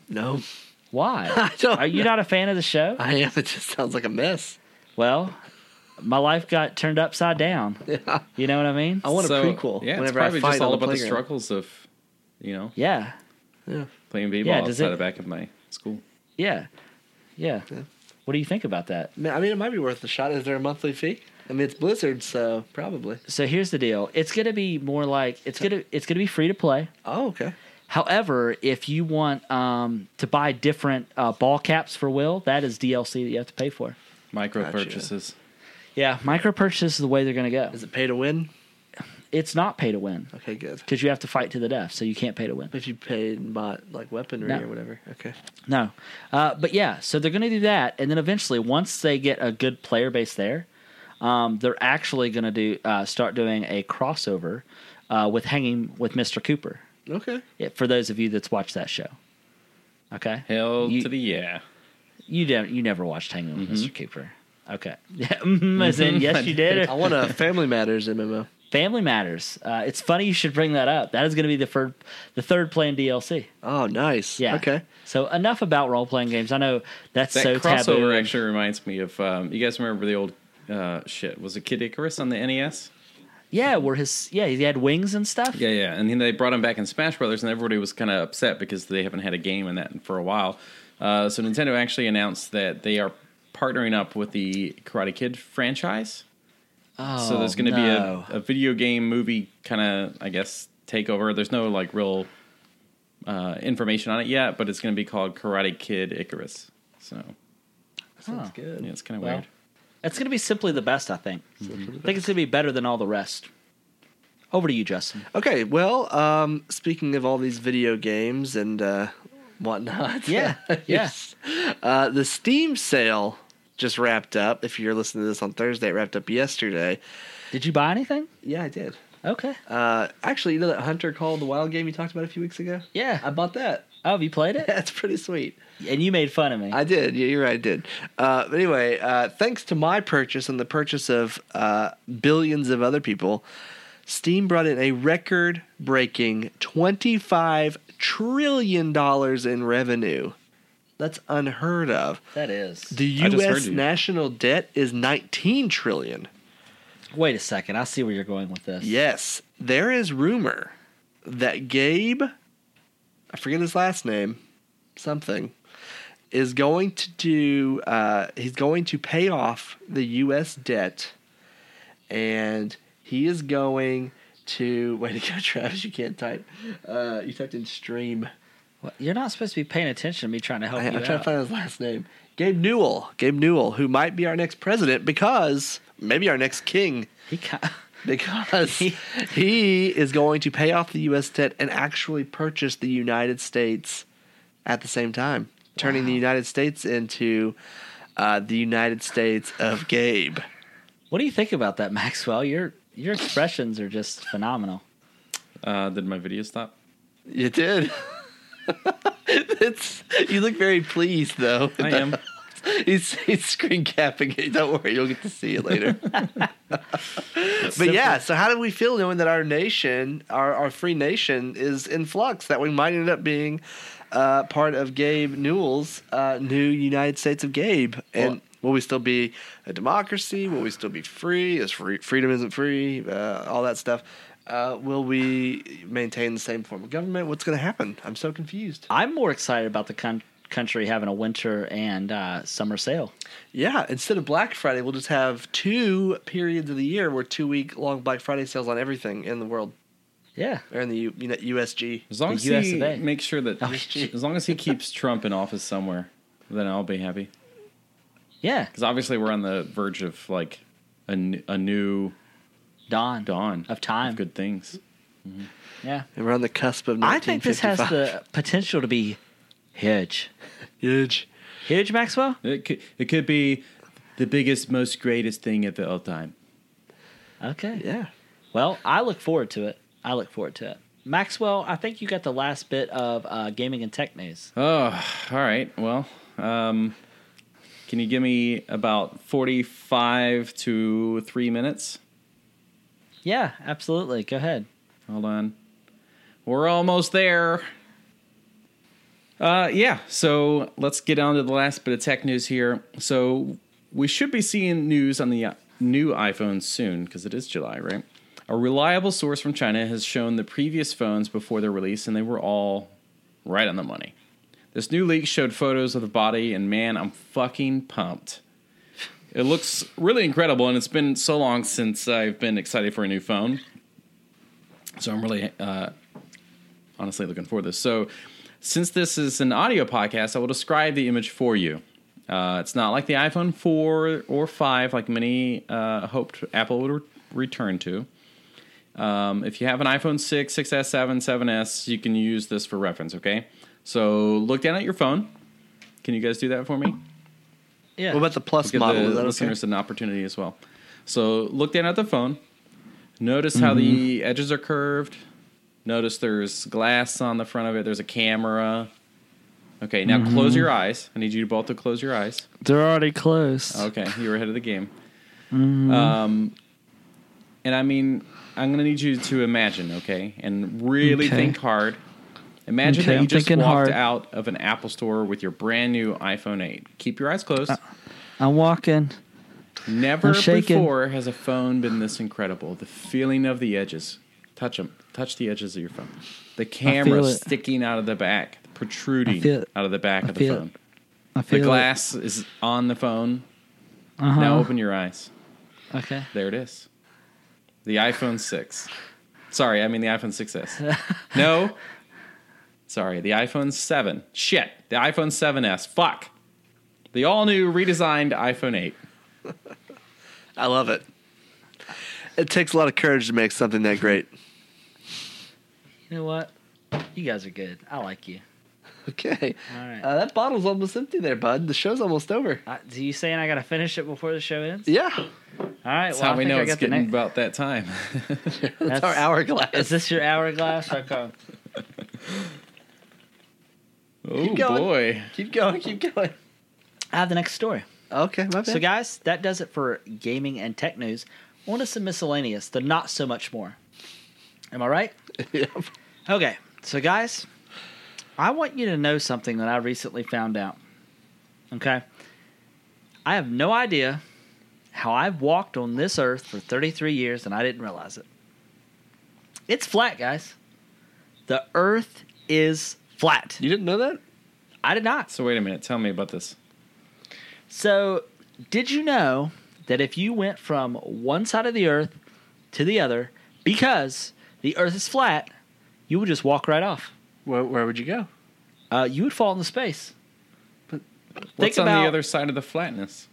[SPEAKER 4] no, <laughs>
[SPEAKER 3] Why?
[SPEAKER 4] I don't
[SPEAKER 3] Are you
[SPEAKER 4] know.
[SPEAKER 3] not a fan of the show?
[SPEAKER 4] I am. It just sounds like a mess.
[SPEAKER 3] Well, my life got turned upside down.
[SPEAKER 4] <laughs> Yeah.
[SPEAKER 3] You know what I mean?
[SPEAKER 4] I want
[SPEAKER 2] So,
[SPEAKER 4] a prequel.
[SPEAKER 2] Yeah, it's
[SPEAKER 4] whenever
[SPEAKER 2] probably
[SPEAKER 4] I fight
[SPEAKER 2] just
[SPEAKER 4] on
[SPEAKER 2] all
[SPEAKER 4] the
[SPEAKER 2] about the
[SPEAKER 4] playground.
[SPEAKER 2] struggles of, you know,
[SPEAKER 3] Yeah.
[SPEAKER 2] playing b-ball
[SPEAKER 3] Yeah, does
[SPEAKER 2] outside
[SPEAKER 3] it-
[SPEAKER 2] the back of my school.
[SPEAKER 3] Yeah. Yeah. What do you think about that?
[SPEAKER 4] Man, I mean, it might be worth a shot. Is there a monthly fee? I mean, it's Blizzard, so probably.
[SPEAKER 3] So here's the deal. It's going to be more like it's going to it's going to be free to play.
[SPEAKER 4] Oh, okay.
[SPEAKER 3] However, if you want um, to buy different uh, ball caps for Will, that is DLC that you have to pay for.
[SPEAKER 2] Micro purchases.
[SPEAKER 3] Yeah, micro purchase is the way they're going to go.
[SPEAKER 4] Is it pay to win?
[SPEAKER 3] It's not pay to win
[SPEAKER 4] Okay, good.
[SPEAKER 3] because you have to fight to the death, so you can't pay to win.
[SPEAKER 4] If you paid and bought like weaponry
[SPEAKER 3] No.
[SPEAKER 4] or whatever. Okay.
[SPEAKER 3] No. Uh, but yeah, so they're going to do that. And then eventually, once they get a good player base there, um, they're actually going to do uh, start doing a crossover uh, with Hanging with Mr. Cooper.
[SPEAKER 4] Okay.
[SPEAKER 3] Yeah, for those of you that's watched that show. Okay.
[SPEAKER 2] Hell
[SPEAKER 3] You-
[SPEAKER 2] to the yeah.
[SPEAKER 3] You don't. You never watched Hanging with Mr.
[SPEAKER 2] Mm-hmm.
[SPEAKER 3] Cooper. Okay. <laughs> Yeah, mhm, as in, yes, you did.
[SPEAKER 2] <laughs>
[SPEAKER 4] I
[SPEAKER 3] <laughs>
[SPEAKER 4] want a Family Matters MMO.
[SPEAKER 3] Family Matters. Uh, it's funny you should bring that up. That is going to be the third, the third planned DLC.
[SPEAKER 4] Oh, nice.
[SPEAKER 3] Yeah.
[SPEAKER 4] Okay.
[SPEAKER 3] So enough about role playing games. I know that's
[SPEAKER 2] That
[SPEAKER 3] so
[SPEAKER 2] crossover
[SPEAKER 3] taboo.
[SPEAKER 2] actually reminds me of um, you guys remember the old uh, shit. Was it Kid Icarus on the E NES?
[SPEAKER 3] Yeah, where his yeah he had wings and stuff.
[SPEAKER 2] Yeah, yeah. And then they brought him back in Smash Brothers, and everybody was kind of upset because they haven't had a game in that for a while. Uh, so Nintendo actually announced that they are partnering up with the Karate Kid franchise.
[SPEAKER 3] Oh,
[SPEAKER 2] so there's going to
[SPEAKER 3] no.
[SPEAKER 2] be a, a video game movie kind of, I guess, takeover. There's no like real uh, information on it yet, but it's going to be called Karate Kid Icarus. So
[SPEAKER 4] Sounds good.
[SPEAKER 2] yeah, it's kind of
[SPEAKER 3] Well,
[SPEAKER 2] weird.
[SPEAKER 3] It's going to be simply the best, I think. I think it's going to be better than all the rest. Over to you, Justin.
[SPEAKER 4] Okay. Well, um, speaking of all these video games and uh, whatnot. <laughs>
[SPEAKER 3] Yeah,
[SPEAKER 4] yes. Uh, the Steam sale just wrapped up. If you're listening to this on Thursday, it wrapped up yesterday.
[SPEAKER 3] Did you buy anything?
[SPEAKER 4] Yeah, I did.
[SPEAKER 3] Okay.
[SPEAKER 4] Uh, actually, you know that Hunter called the wild game you talked about a few weeks ago?
[SPEAKER 3] Yeah.
[SPEAKER 4] I bought that. <laughs>
[SPEAKER 3] oh, have you played it?
[SPEAKER 4] That's pretty sweet.
[SPEAKER 3] And you made fun of me.
[SPEAKER 4] I did. Yeah, you're right. I did. Uh, but anyway, uh, thanks to my purchase and the purchase of uh, billions of other people, Steam brought in a record-breaking twenty-five trillion dollars in revenue. That's unheard of.
[SPEAKER 3] that is.
[SPEAKER 4] The
[SPEAKER 2] I just heard
[SPEAKER 4] U.S.
[SPEAKER 2] you.
[SPEAKER 4] national debt is nineteen trillion.
[SPEAKER 3] Wait a second. I see where you're going with this.
[SPEAKER 4] Yes, there is rumor that Gabe, I forget his last name, something, is going to do. Uh, he's going to pay off the U.S. debt, and he is going to. <laughs> Way to go, Travis! You can't type. Uh, you typed in stream.
[SPEAKER 3] What- You're not supposed to be paying attention to me trying to help
[SPEAKER 4] I,
[SPEAKER 3] you
[SPEAKER 4] I'm
[SPEAKER 3] out.
[SPEAKER 4] trying to find his last name. Gabe Newell. Gabe Newell, who might be our next president because maybe our next king
[SPEAKER 3] He ca-
[SPEAKER 2] <laughs>
[SPEAKER 4] because he is going to pay off the U.S. debt and actually purchase the United States at the same time, turning the United States into uh, the United States of Gabe.
[SPEAKER 3] <laughs> what do you think about that, Maxwell? Your your expressions are just phenomenal.
[SPEAKER 2] Uh, did my video stop?
[SPEAKER 4] You <laughs> did. it's you look very pleased though.
[SPEAKER 2] I am.
[SPEAKER 4] <laughs> he's, he's screen capping it. Don't worry, you'll get to see it later.
[SPEAKER 2] <laughs>
[SPEAKER 4] but yeah, so how do we feel knowing that our nation, our, our free nation, is in flux? That we might end up being uh, part of Gabe Newell's uh, new United States of Gabe, and will we still be a democracy? Will we still be free? Is free, freedom isn't free? Uh, all that stuff. Uh, will we maintain the same form of government? What's going to happen? I'm so confused.
[SPEAKER 3] I'm more excited about the con- country having a winter and uh, summer sale.
[SPEAKER 4] Yeah, instead of Black Friday, we'll just have two periods of the year where two week long Black Friday sales on everything in the world
[SPEAKER 3] Yeah.
[SPEAKER 4] or in the U- Uni- USG.
[SPEAKER 2] As long
[SPEAKER 3] The
[SPEAKER 2] as
[SPEAKER 3] US
[SPEAKER 2] he
[SPEAKER 3] of A.
[SPEAKER 2] makes sure that,
[SPEAKER 3] <laughs> Oh, shit.
[SPEAKER 2] as long as he keeps Trump in office somewhere, then I'll be happy.
[SPEAKER 3] Yeah.
[SPEAKER 2] Because obviously we're on the verge of like a, n- a new
[SPEAKER 3] Dawn.
[SPEAKER 2] dawn
[SPEAKER 3] Of time.
[SPEAKER 2] good things.
[SPEAKER 3] Yeah.
[SPEAKER 4] And we're on the cusp of
[SPEAKER 3] I think this has
[SPEAKER 4] 1955.
[SPEAKER 3] the potential to be huge.
[SPEAKER 4] huge.
[SPEAKER 3] Huge, Maxwell?
[SPEAKER 2] It could, it could be the biggest, most greatest thing of all time.
[SPEAKER 3] Okay.
[SPEAKER 4] Yeah.
[SPEAKER 3] Well, I look forward to it. I look forward to it. Maxwell, I think you got the last bit of uh, gaming and tech news.
[SPEAKER 2] Oh, all right. Well, um, can you give me about 45 to three minutes?
[SPEAKER 3] Yeah, absolutely. Go ahead.
[SPEAKER 2] Hold on. We're almost there. Uh, yeah, so let's get on to the last bit of tech news here. So we should be seeing news on the uh, new iPhone soon because it is July, right? A reliable source from China has shown the previous phones before their release, and they were all right on the money. This new leak showed photos of the body, and man, I'm fucking pumped. It looks really incredible, and it's been so long since I've been excited for a new phone. So I'm really uh, honestly looking forward to this. So since this is an audio podcast, I will describe the image for you. Uh, it's not like the iPhone 4 or 5, like many uh, hoped Apple would re- return to. Um, if you have an iPhone 6, 6S, 7, 7S, you can use this for reference, okay? So look down at your phone. Can you guys do that for me?
[SPEAKER 3] Yeah.
[SPEAKER 4] What about the plus
[SPEAKER 2] give
[SPEAKER 4] model?
[SPEAKER 2] the
[SPEAKER 4] Is that okay?
[SPEAKER 2] listeners an opportunity as well. So look down at the phone. Notice how
[SPEAKER 3] Mm-hmm.
[SPEAKER 2] the edges are curved. Notice there's glass on the front of it. There's a camera. Okay, now
[SPEAKER 3] Mm-hmm.
[SPEAKER 2] close your eyes. I need you both to close your eyes.
[SPEAKER 3] They're already close.
[SPEAKER 2] Okay, you were ahead of the game.
[SPEAKER 3] Mm-hmm.
[SPEAKER 2] Um, and I mean, I'm gonna need you to imagine, okay, and really
[SPEAKER 3] Okay.
[SPEAKER 2] think hard. Imagine
[SPEAKER 3] Okay,
[SPEAKER 2] that you
[SPEAKER 3] I'm
[SPEAKER 2] just walked
[SPEAKER 3] thinking hard.
[SPEAKER 2] out of an Apple store with your brand new iPhone 8. Keep your eyes
[SPEAKER 3] Uh,
[SPEAKER 2] closed.
[SPEAKER 3] I'm walking.
[SPEAKER 2] Never
[SPEAKER 3] I'm shaking.
[SPEAKER 2] before has a phone been this incredible. The feeling of the edges. Touch them. Touch the edges of your phone. The camera
[SPEAKER 3] feel it.
[SPEAKER 2] sticking out of the back,
[SPEAKER 3] I
[SPEAKER 2] protruding
[SPEAKER 3] feel it.
[SPEAKER 2] out of the back
[SPEAKER 3] I
[SPEAKER 2] of the
[SPEAKER 3] feel it.
[SPEAKER 2] phone.
[SPEAKER 3] I
[SPEAKER 2] The
[SPEAKER 3] feel
[SPEAKER 2] glass is on the phone.
[SPEAKER 3] It. Uh-huh.
[SPEAKER 2] Now open your eyes.
[SPEAKER 3] Okay.
[SPEAKER 2] There it is. The iPhone 6. Sorry, I mean the iPhone
[SPEAKER 3] <laughs>
[SPEAKER 2] 6S. no. Sorry, the iPhone 7. Shit. The iPhone 7S. Fuck. The all new redesigned iPhone 8.
[SPEAKER 4] I love it. It takes a lot of courage to make something that great.
[SPEAKER 3] You know what? You guys are good. I like you.
[SPEAKER 4] <laughs> Okay.
[SPEAKER 3] All right.
[SPEAKER 4] Uh, that bottle's almost empty there, bud. The show's almost over.
[SPEAKER 3] Uh, do you saying I gotta finish it before the show ends?
[SPEAKER 4] Yeah.
[SPEAKER 3] All right.
[SPEAKER 2] That's
[SPEAKER 3] well,
[SPEAKER 2] how
[SPEAKER 3] I
[SPEAKER 2] we
[SPEAKER 3] think
[SPEAKER 2] know
[SPEAKER 3] I
[SPEAKER 2] it's
[SPEAKER 3] got the
[SPEAKER 2] getting
[SPEAKER 3] next.
[SPEAKER 2] about that time.
[SPEAKER 4] <laughs>
[SPEAKER 2] <laughs>
[SPEAKER 4] That's, our
[SPEAKER 3] That's-
[SPEAKER 4] hourglass.
[SPEAKER 3] Is this your hourglass? Okay.
[SPEAKER 2] oh
[SPEAKER 4] going.
[SPEAKER 2] boy.
[SPEAKER 4] Keep going, keep going.
[SPEAKER 3] I have the next story.
[SPEAKER 4] Okay, my bad.
[SPEAKER 3] So, guys, that does it for gaming and tech news. On to some miscellaneous, the not so much more. Am I right?
[SPEAKER 4] <laughs> Yep.
[SPEAKER 3] Okay, so guys, I want you to know something that I recently found out. Okay? I have no idea how I've walked on this earth for 33 years and I didn't realize it. It's flat, guys. The earth is flat.
[SPEAKER 4] You didn't know that?
[SPEAKER 3] I did not.
[SPEAKER 2] So wait a minute. Tell me about this.
[SPEAKER 3] So, did you know that if you went from one side of the earth to the other, because the earth is flat, you would just walk right off?
[SPEAKER 4] Where, where would you go?
[SPEAKER 3] Uh, you would fall into space.
[SPEAKER 2] What's
[SPEAKER 3] think
[SPEAKER 2] on
[SPEAKER 3] about,
[SPEAKER 2] the other side of the flatness?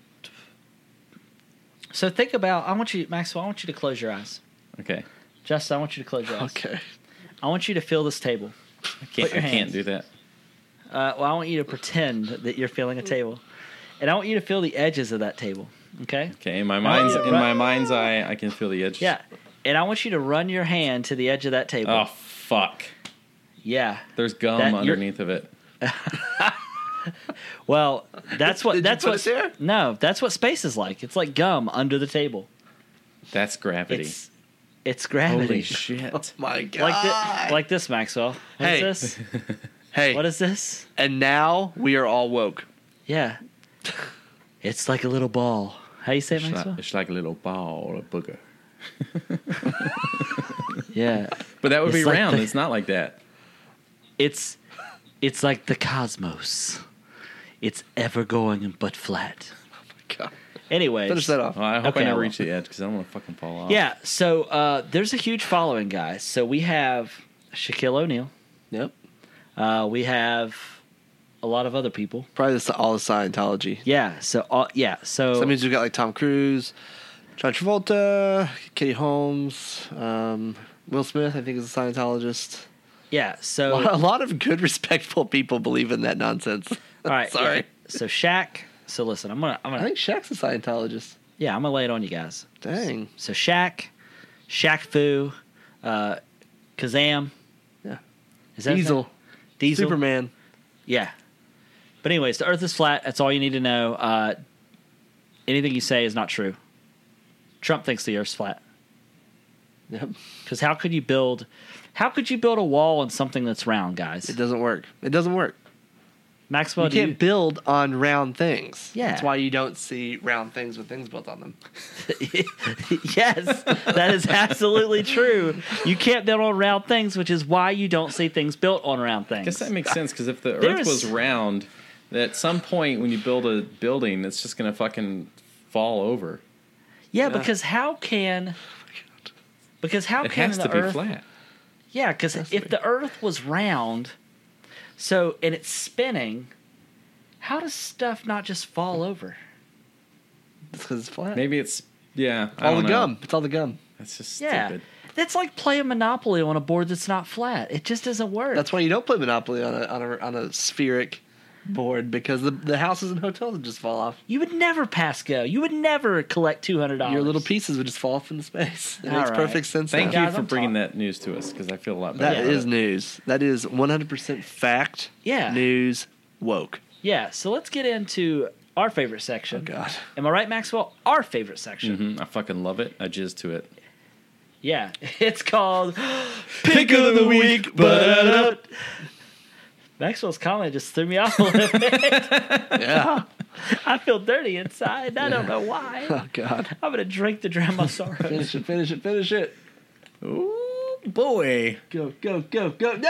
[SPEAKER 3] So, think about, I want you, Maxwell, I want you to close your eyes.
[SPEAKER 2] Okay.
[SPEAKER 3] Justin, I want you to close your eyes.
[SPEAKER 4] Okay.
[SPEAKER 3] I want you to feel this table.
[SPEAKER 2] I can't,
[SPEAKER 3] your
[SPEAKER 2] I can't
[SPEAKER 3] hands.
[SPEAKER 2] do that.
[SPEAKER 3] Uh, well, I want you to pretend that you're feeling a table. And I want you to feel the edges of that table. Okay?
[SPEAKER 2] Okay, in my mind's
[SPEAKER 3] yeah,
[SPEAKER 2] in
[SPEAKER 3] right.
[SPEAKER 2] my mind's eye I can feel the edge.
[SPEAKER 3] Yeah. And I want you to run your hand to the edge of that table.
[SPEAKER 2] Oh fuck.
[SPEAKER 3] Yeah.
[SPEAKER 2] There's gum
[SPEAKER 3] That- you're-
[SPEAKER 2] underneath of it.
[SPEAKER 3] Well, that's what
[SPEAKER 4] Did you
[SPEAKER 3] that's
[SPEAKER 4] put
[SPEAKER 3] what
[SPEAKER 4] it there?
[SPEAKER 3] no, that's what space is like. It's like gum under the table.
[SPEAKER 2] That's gravity.
[SPEAKER 3] It's it's
[SPEAKER 2] Holy
[SPEAKER 3] gravity. Oh,
[SPEAKER 2] shit.
[SPEAKER 4] My God.
[SPEAKER 3] <laughs> like this, like this, Maxwell. What is
[SPEAKER 4] Hey.
[SPEAKER 3] this?
[SPEAKER 4] hey,
[SPEAKER 3] What is this?
[SPEAKER 4] and now we are all woke.
[SPEAKER 3] Yeah, it's like a little ball. How you say it,
[SPEAKER 2] It's
[SPEAKER 3] Maxwell?
[SPEAKER 2] like, it's like a little ball or a booger.
[SPEAKER 3] Yeah,
[SPEAKER 2] But that would
[SPEAKER 3] It's
[SPEAKER 2] be
[SPEAKER 3] like
[SPEAKER 2] round.
[SPEAKER 3] the-
[SPEAKER 2] it's not like that.
[SPEAKER 3] it's it's like the cosmos. It's ever going but flat.
[SPEAKER 4] God.
[SPEAKER 3] Anyway,
[SPEAKER 4] Finish that off.
[SPEAKER 2] Well, I hope
[SPEAKER 3] Okay,
[SPEAKER 2] I never
[SPEAKER 3] I
[SPEAKER 2] reach the edge because I don't want to fucking fall off.
[SPEAKER 3] Yeah, so uh, there's a huge following, guys. So we have Shaquille O'Neal.
[SPEAKER 4] Yep.
[SPEAKER 3] Uh, we have a lot of other people.
[SPEAKER 4] Probably this, all of Scientology.
[SPEAKER 3] Yeah. So all, yeah. So,
[SPEAKER 4] So that means we've got like Tom Cruise, John Travolta, Katie Holmes, um, Will Smith, I think is a Scientologist.
[SPEAKER 3] yeah.
[SPEAKER 4] <laughs> A lot, a
[SPEAKER 3] So
[SPEAKER 4] lot of good, respectful people believe in that nonsense. <laughs>
[SPEAKER 3] all right.
[SPEAKER 4] Sorry.
[SPEAKER 3] yeah. So Shaq. So listen, I'm gonna I'm
[SPEAKER 4] I
[SPEAKER 3] gonna
[SPEAKER 4] think Shaq's a Scientologist.
[SPEAKER 3] yeah I'm gonna lay it on you guys.
[SPEAKER 4] Dang.
[SPEAKER 3] So Shaq, Shaq Fu, uh, Kazam.
[SPEAKER 4] Yeah.
[SPEAKER 3] Is that his name?
[SPEAKER 4] Diesel.
[SPEAKER 3] Diesel.
[SPEAKER 4] Superman.
[SPEAKER 3] Yeah. But anyways, the Earth is flat. That's all you need to know. Uh, anything you say is not true. Trump thinks the Earth's flat.
[SPEAKER 4] Yep.
[SPEAKER 3] Because how could you build? How could you build a wall on something that's round, guys?
[SPEAKER 4] It doesn't work. It doesn't work.
[SPEAKER 3] Maxwell,
[SPEAKER 4] you
[SPEAKER 3] Oh, do
[SPEAKER 4] can't
[SPEAKER 3] you,
[SPEAKER 4] build on round things.
[SPEAKER 3] Yeah.
[SPEAKER 4] That's why you don't see round things with things built on them. <laughs>
[SPEAKER 3] <laughs> yes, that is absolutely true. You can't build on round things, which is why you don't see things built on round
[SPEAKER 2] I
[SPEAKER 3] things.
[SPEAKER 2] guess that makes sense because if the
[SPEAKER 3] There
[SPEAKER 2] Earth
[SPEAKER 3] is-
[SPEAKER 2] was round, at some point when you build a building, it's just gonna fucking fall over.
[SPEAKER 3] yeah, because how can? Because how
[SPEAKER 2] Oh It
[SPEAKER 3] can
[SPEAKER 2] has
[SPEAKER 3] the
[SPEAKER 2] to be
[SPEAKER 3] Earth?
[SPEAKER 2] flat.
[SPEAKER 3] Yeah, because if the Earth was round, so and it's spinning, how does stuff not just fall over?
[SPEAKER 4] It's because it's flat.
[SPEAKER 2] Maybe it's yeah. I
[SPEAKER 4] all
[SPEAKER 2] don't
[SPEAKER 4] the
[SPEAKER 2] know.
[SPEAKER 4] gum. It's all the gum.
[SPEAKER 2] That's just
[SPEAKER 3] Yeah,
[SPEAKER 2] stupid.
[SPEAKER 3] that's like playing Monopoly on a board that's not flat. It just doesn't work.
[SPEAKER 4] That's why you don't play Monopoly on a on a on a spheric board because the the houses and hotels would just fall off.
[SPEAKER 3] You would never pass go. You would never collect two hundred dollars.
[SPEAKER 4] Your little pieces would just fall off into space. It
[SPEAKER 3] Oh, All
[SPEAKER 4] makes
[SPEAKER 3] right.
[SPEAKER 4] perfect sense.
[SPEAKER 2] Thank
[SPEAKER 4] now.
[SPEAKER 2] you
[SPEAKER 3] Guys,
[SPEAKER 2] for
[SPEAKER 3] I'm
[SPEAKER 2] bringing that news to us because I feel a lot better.
[SPEAKER 4] That is news. That is 100% fact.
[SPEAKER 3] Yeah.
[SPEAKER 4] News woke.
[SPEAKER 3] Yeah. So let's get into our favorite section.
[SPEAKER 4] Oh
[SPEAKER 3] <laughs>
[SPEAKER 4] god.
[SPEAKER 3] Am I right, Maxwell? Our favorite section.
[SPEAKER 2] Mhm, I fucking love it. I jizz to it.
[SPEAKER 3] Yeah. <laughs> It's called
[SPEAKER 4] Mm-hmm.
[SPEAKER 3] <gasps>
[SPEAKER 4] Pick of the week. uh,
[SPEAKER 3] uh, Maxwell's comment just threw me <laughs> off a little bit.
[SPEAKER 4] Yeah.
[SPEAKER 3] I feel dirty inside. I don't know why.
[SPEAKER 4] Oh god.
[SPEAKER 3] I'm gonna drink to drown my sorrows.
[SPEAKER 4] Finish it. Finish it. Finish it.
[SPEAKER 2] Ooh boy,
[SPEAKER 4] <laughs> Go. Go. Go. Go. No.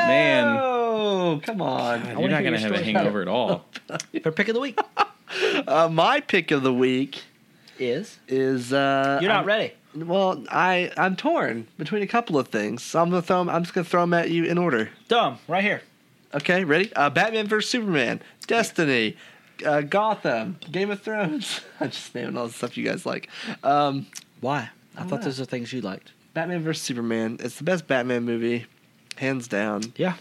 [SPEAKER 4] Come on.
[SPEAKER 3] <laughs>
[SPEAKER 2] you're not gonna have a hangover
[SPEAKER 4] <laughs>
[SPEAKER 2] at all.
[SPEAKER 3] For pick of the week
[SPEAKER 4] Uh, my pick of the week
[SPEAKER 3] is
[SPEAKER 4] is uh
[SPEAKER 3] you're not
[SPEAKER 4] I'm-
[SPEAKER 3] ready.
[SPEAKER 4] Well, I I'm torn between a couple of things. So I'm gonna throw 'em- I'm just gonna throw them at you in order.
[SPEAKER 3] Dumb. Right here.
[SPEAKER 4] Okay, ready? Uh, Batman vs Superman, Destiny, uh, Gotham, Game of Thrones. <laughs> I'm just naming all the stuff you guys like. Um,
[SPEAKER 3] Why? I thought those are things you liked.
[SPEAKER 4] Batman vs Superman. It's the best Batman movie, hands down.
[SPEAKER 3] Yeah.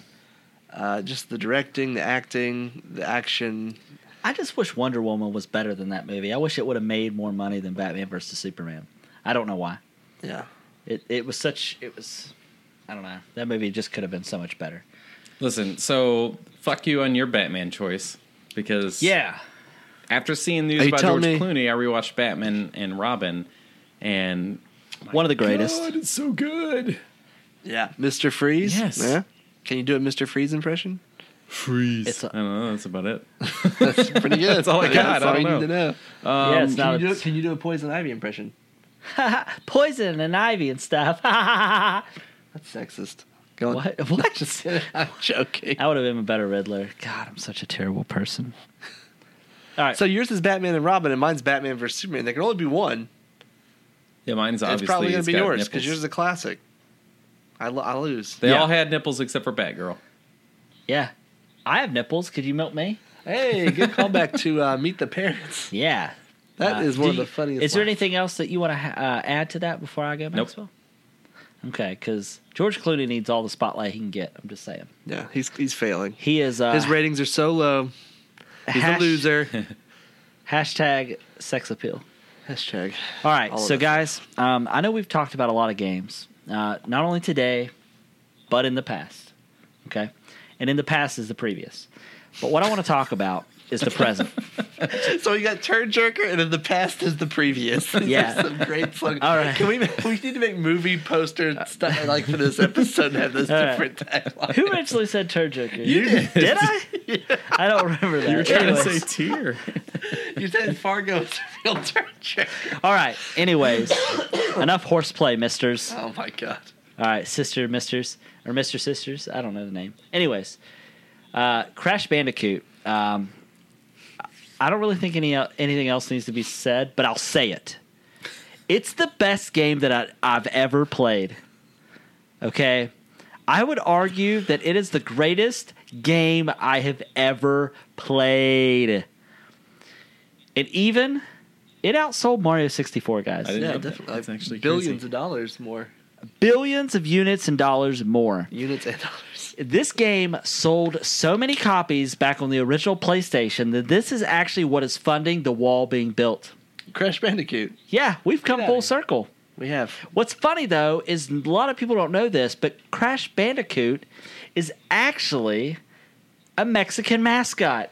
[SPEAKER 4] Uh, just the directing, the acting, the action.
[SPEAKER 3] I just wish Wonder Woman was better than that movie. I wish it would have made more money than Batman versus Superman. I don't know why.
[SPEAKER 4] Yeah.
[SPEAKER 3] It it was such it was I don't know. That movie just could have been so much better.
[SPEAKER 2] Listen, so fuck you on your Batman choice because
[SPEAKER 3] Yeah.
[SPEAKER 2] After seeing
[SPEAKER 4] Are
[SPEAKER 2] news
[SPEAKER 4] you
[SPEAKER 2] about George
[SPEAKER 4] telling me-
[SPEAKER 2] Clooney, I rewatched Batman and Robin, and
[SPEAKER 3] One of the greatest.
[SPEAKER 2] God, it's so good.
[SPEAKER 4] Yeah. Mr. Freeze.
[SPEAKER 2] Yes.
[SPEAKER 4] Yeah. Can you do a Mr. Freeze impression?
[SPEAKER 2] Freeze.
[SPEAKER 3] It's a-
[SPEAKER 2] I don't know. That's about it.
[SPEAKER 4] That's pretty good. that's all
[SPEAKER 2] I got,
[SPEAKER 4] That's
[SPEAKER 2] I
[SPEAKER 4] all
[SPEAKER 2] don't
[SPEAKER 4] you need to know.
[SPEAKER 3] yeah, it's
[SPEAKER 4] Can
[SPEAKER 3] not
[SPEAKER 4] you, do,
[SPEAKER 3] a,
[SPEAKER 4] can you do a Poison Ivy impression?
[SPEAKER 3] poison and ivy and stuff. <laughs> what?
[SPEAKER 4] That's sexist. Go on.
[SPEAKER 3] What?
[SPEAKER 4] <laughs> I'm joking.
[SPEAKER 3] I would have been a better Riddler. God, I'm such a terrible person. All right.
[SPEAKER 4] So yours is Batman and Robin, and mine's Batman versus Superman. There can only be one.
[SPEAKER 2] Yeah,
[SPEAKER 4] It's
[SPEAKER 2] mine's obviously
[SPEAKER 4] probably going
[SPEAKER 2] it's
[SPEAKER 4] to be
[SPEAKER 2] got
[SPEAKER 4] yours
[SPEAKER 2] nipples.
[SPEAKER 4] because yours is a classic. I, lo- I lose.
[SPEAKER 2] They
[SPEAKER 3] Yeah.
[SPEAKER 2] all had nipples except for Batgirl.
[SPEAKER 3] yeah, I have nipples. Could you milk me?
[SPEAKER 4] Hey, good callback to uh, Meet the <laughs> Parents.
[SPEAKER 3] Yeah.
[SPEAKER 4] That
[SPEAKER 3] Uh,
[SPEAKER 4] is one
[SPEAKER 3] do
[SPEAKER 4] of the
[SPEAKER 3] you-
[SPEAKER 4] funniest.
[SPEAKER 3] Is there
[SPEAKER 4] lines.
[SPEAKER 3] anything else that you want to ha- uh, add to that before I go, Maxwell? Okay, because George Clooney needs all the spotlight he can get. I'm just saying.
[SPEAKER 4] Yeah, he's he's failing.
[SPEAKER 3] He is uh,
[SPEAKER 4] His ratings are so low. He's
[SPEAKER 3] hash-
[SPEAKER 4] a loser. <laughs>
[SPEAKER 3] Hashtag sex appeal.
[SPEAKER 4] Hashtag.
[SPEAKER 3] All right,
[SPEAKER 4] All of
[SPEAKER 3] so
[SPEAKER 4] it.
[SPEAKER 3] guys, um, I know we've talked about a lot of games, uh, not only today, but in the past. Okay, and in the past is the previous. But what I want to talk about is
[SPEAKER 4] <laughs>
[SPEAKER 3] the present.
[SPEAKER 4] So we got Turd Jerker, and then the past is the <laughs> previous. These are
[SPEAKER 3] Yeah.
[SPEAKER 4] some great slogans.
[SPEAKER 3] All right.
[SPEAKER 4] Can we make, we need to make movie poster stuff like for this episode and have <laughs> those
[SPEAKER 3] All right.
[SPEAKER 4] different taglines.
[SPEAKER 3] Who actually said turd joker? You did. I?
[SPEAKER 4] <laughs>
[SPEAKER 3] I don't remember that.
[SPEAKER 2] You were trying to say
[SPEAKER 3] Anyways. <laughs>
[SPEAKER 2] tear.
[SPEAKER 4] You said Fargo is a real Turd Jerker.
[SPEAKER 3] All right. Anyways, enough horseplay, misters.
[SPEAKER 4] Oh my god.
[SPEAKER 3] All right, sister, misters, or Mister Sisters. I don't know the name. Anyways, uh, Crash Bandicoot. Um, I don't really think any uh, anything else needs to be said, but I'll say it. It's the best game that I, I've ever played. Okay, I would argue that it is the greatest game I have ever played. And even it outsold Mario sixty four, guys.
[SPEAKER 2] didn't
[SPEAKER 4] Yeah,
[SPEAKER 2] know that.
[SPEAKER 4] definitely.
[SPEAKER 2] That's actually
[SPEAKER 4] billions
[SPEAKER 2] crazy.
[SPEAKER 4] of dollars more.
[SPEAKER 3] Billions of units and dollars more.
[SPEAKER 4] Units and dollars.
[SPEAKER 3] this game sold so many copies back on the original PlayStation that this is actually what is funding the wall being built.
[SPEAKER 4] Crash Bandicoot.
[SPEAKER 3] Yeah, we've come
[SPEAKER 4] outta
[SPEAKER 3] full
[SPEAKER 4] here.
[SPEAKER 3] circle.
[SPEAKER 4] We have.
[SPEAKER 3] What's funny though is a lot of people don't know this, but Crash Bandicoot is actually a Mexican mascot.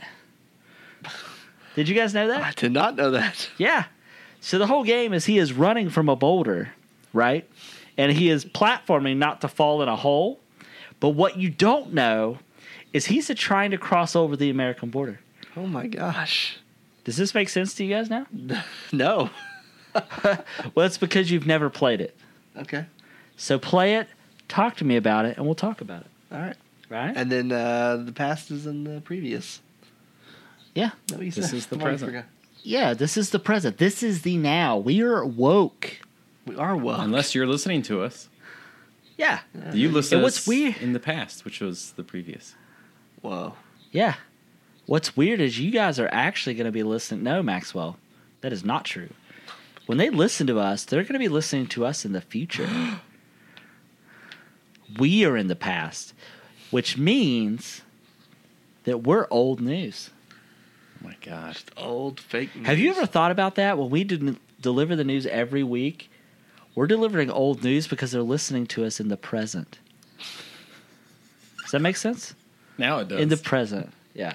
[SPEAKER 3] Did you guys know that?
[SPEAKER 4] I did not know that.
[SPEAKER 3] Yeah. So the whole game is he is running from a boulder, right? And he is platforming not to fall in a hole. But what you don't know is he's trying to cross over the American border.
[SPEAKER 4] Oh my gosh.
[SPEAKER 3] Does this make sense to you guys now?
[SPEAKER 4] No.
[SPEAKER 3] Well, it's because you've never played it.
[SPEAKER 4] Okay.
[SPEAKER 3] So play it, talk to me about it, and we'll talk about it.
[SPEAKER 4] All right.
[SPEAKER 3] Right?
[SPEAKER 4] And then uh, the past is in the previous.
[SPEAKER 3] yeah.
[SPEAKER 4] That we
[SPEAKER 2] This
[SPEAKER 4] said.
[SPEAKER 2] is the
[SPEAKER 4] Come on, I
[SPEAKER 2] present.
[SPEAKER 4] forgot.
[SPEAKER 3] Yeah, this is the present. This is the now. We are woke.
[SPEAKER 4] We are woke.
[SPEAKER 2] Unless you're listening to us.
[SPEAKER 3] Yeah.
[SPEAKER 2] You listen
[SPEAKER 3] And
[SPEAKER 2] to
[SPEAKER 3] what's
[SPEAKER 2] us
[SPEAKER 3] weird-
[SPEAKER 2] in the past, which was the previous.
[SPEAKER 4] Whoa.
[SPEAKER 3] Yeah. What's weird is you guys are actually going to be listening. No, Maxwell, that is not true. When they listen to us, they're going to be listening to us in the future. we are in the past, which means that we're old news.
[SPEAKER 2] Oh my gosh.
[SPEAKER 4] Old fake.
[SPEAKER 3] Have you
[SPEAKER 4] news.
[SPEAKER 3] ever thought about that? When we didn't deliver the news every week, we're delivering old news because they're listening to us in the present. Does that make sense?
[SPEAKER 2] Now it does.
[SPEAKER 3] in the present. Yeah.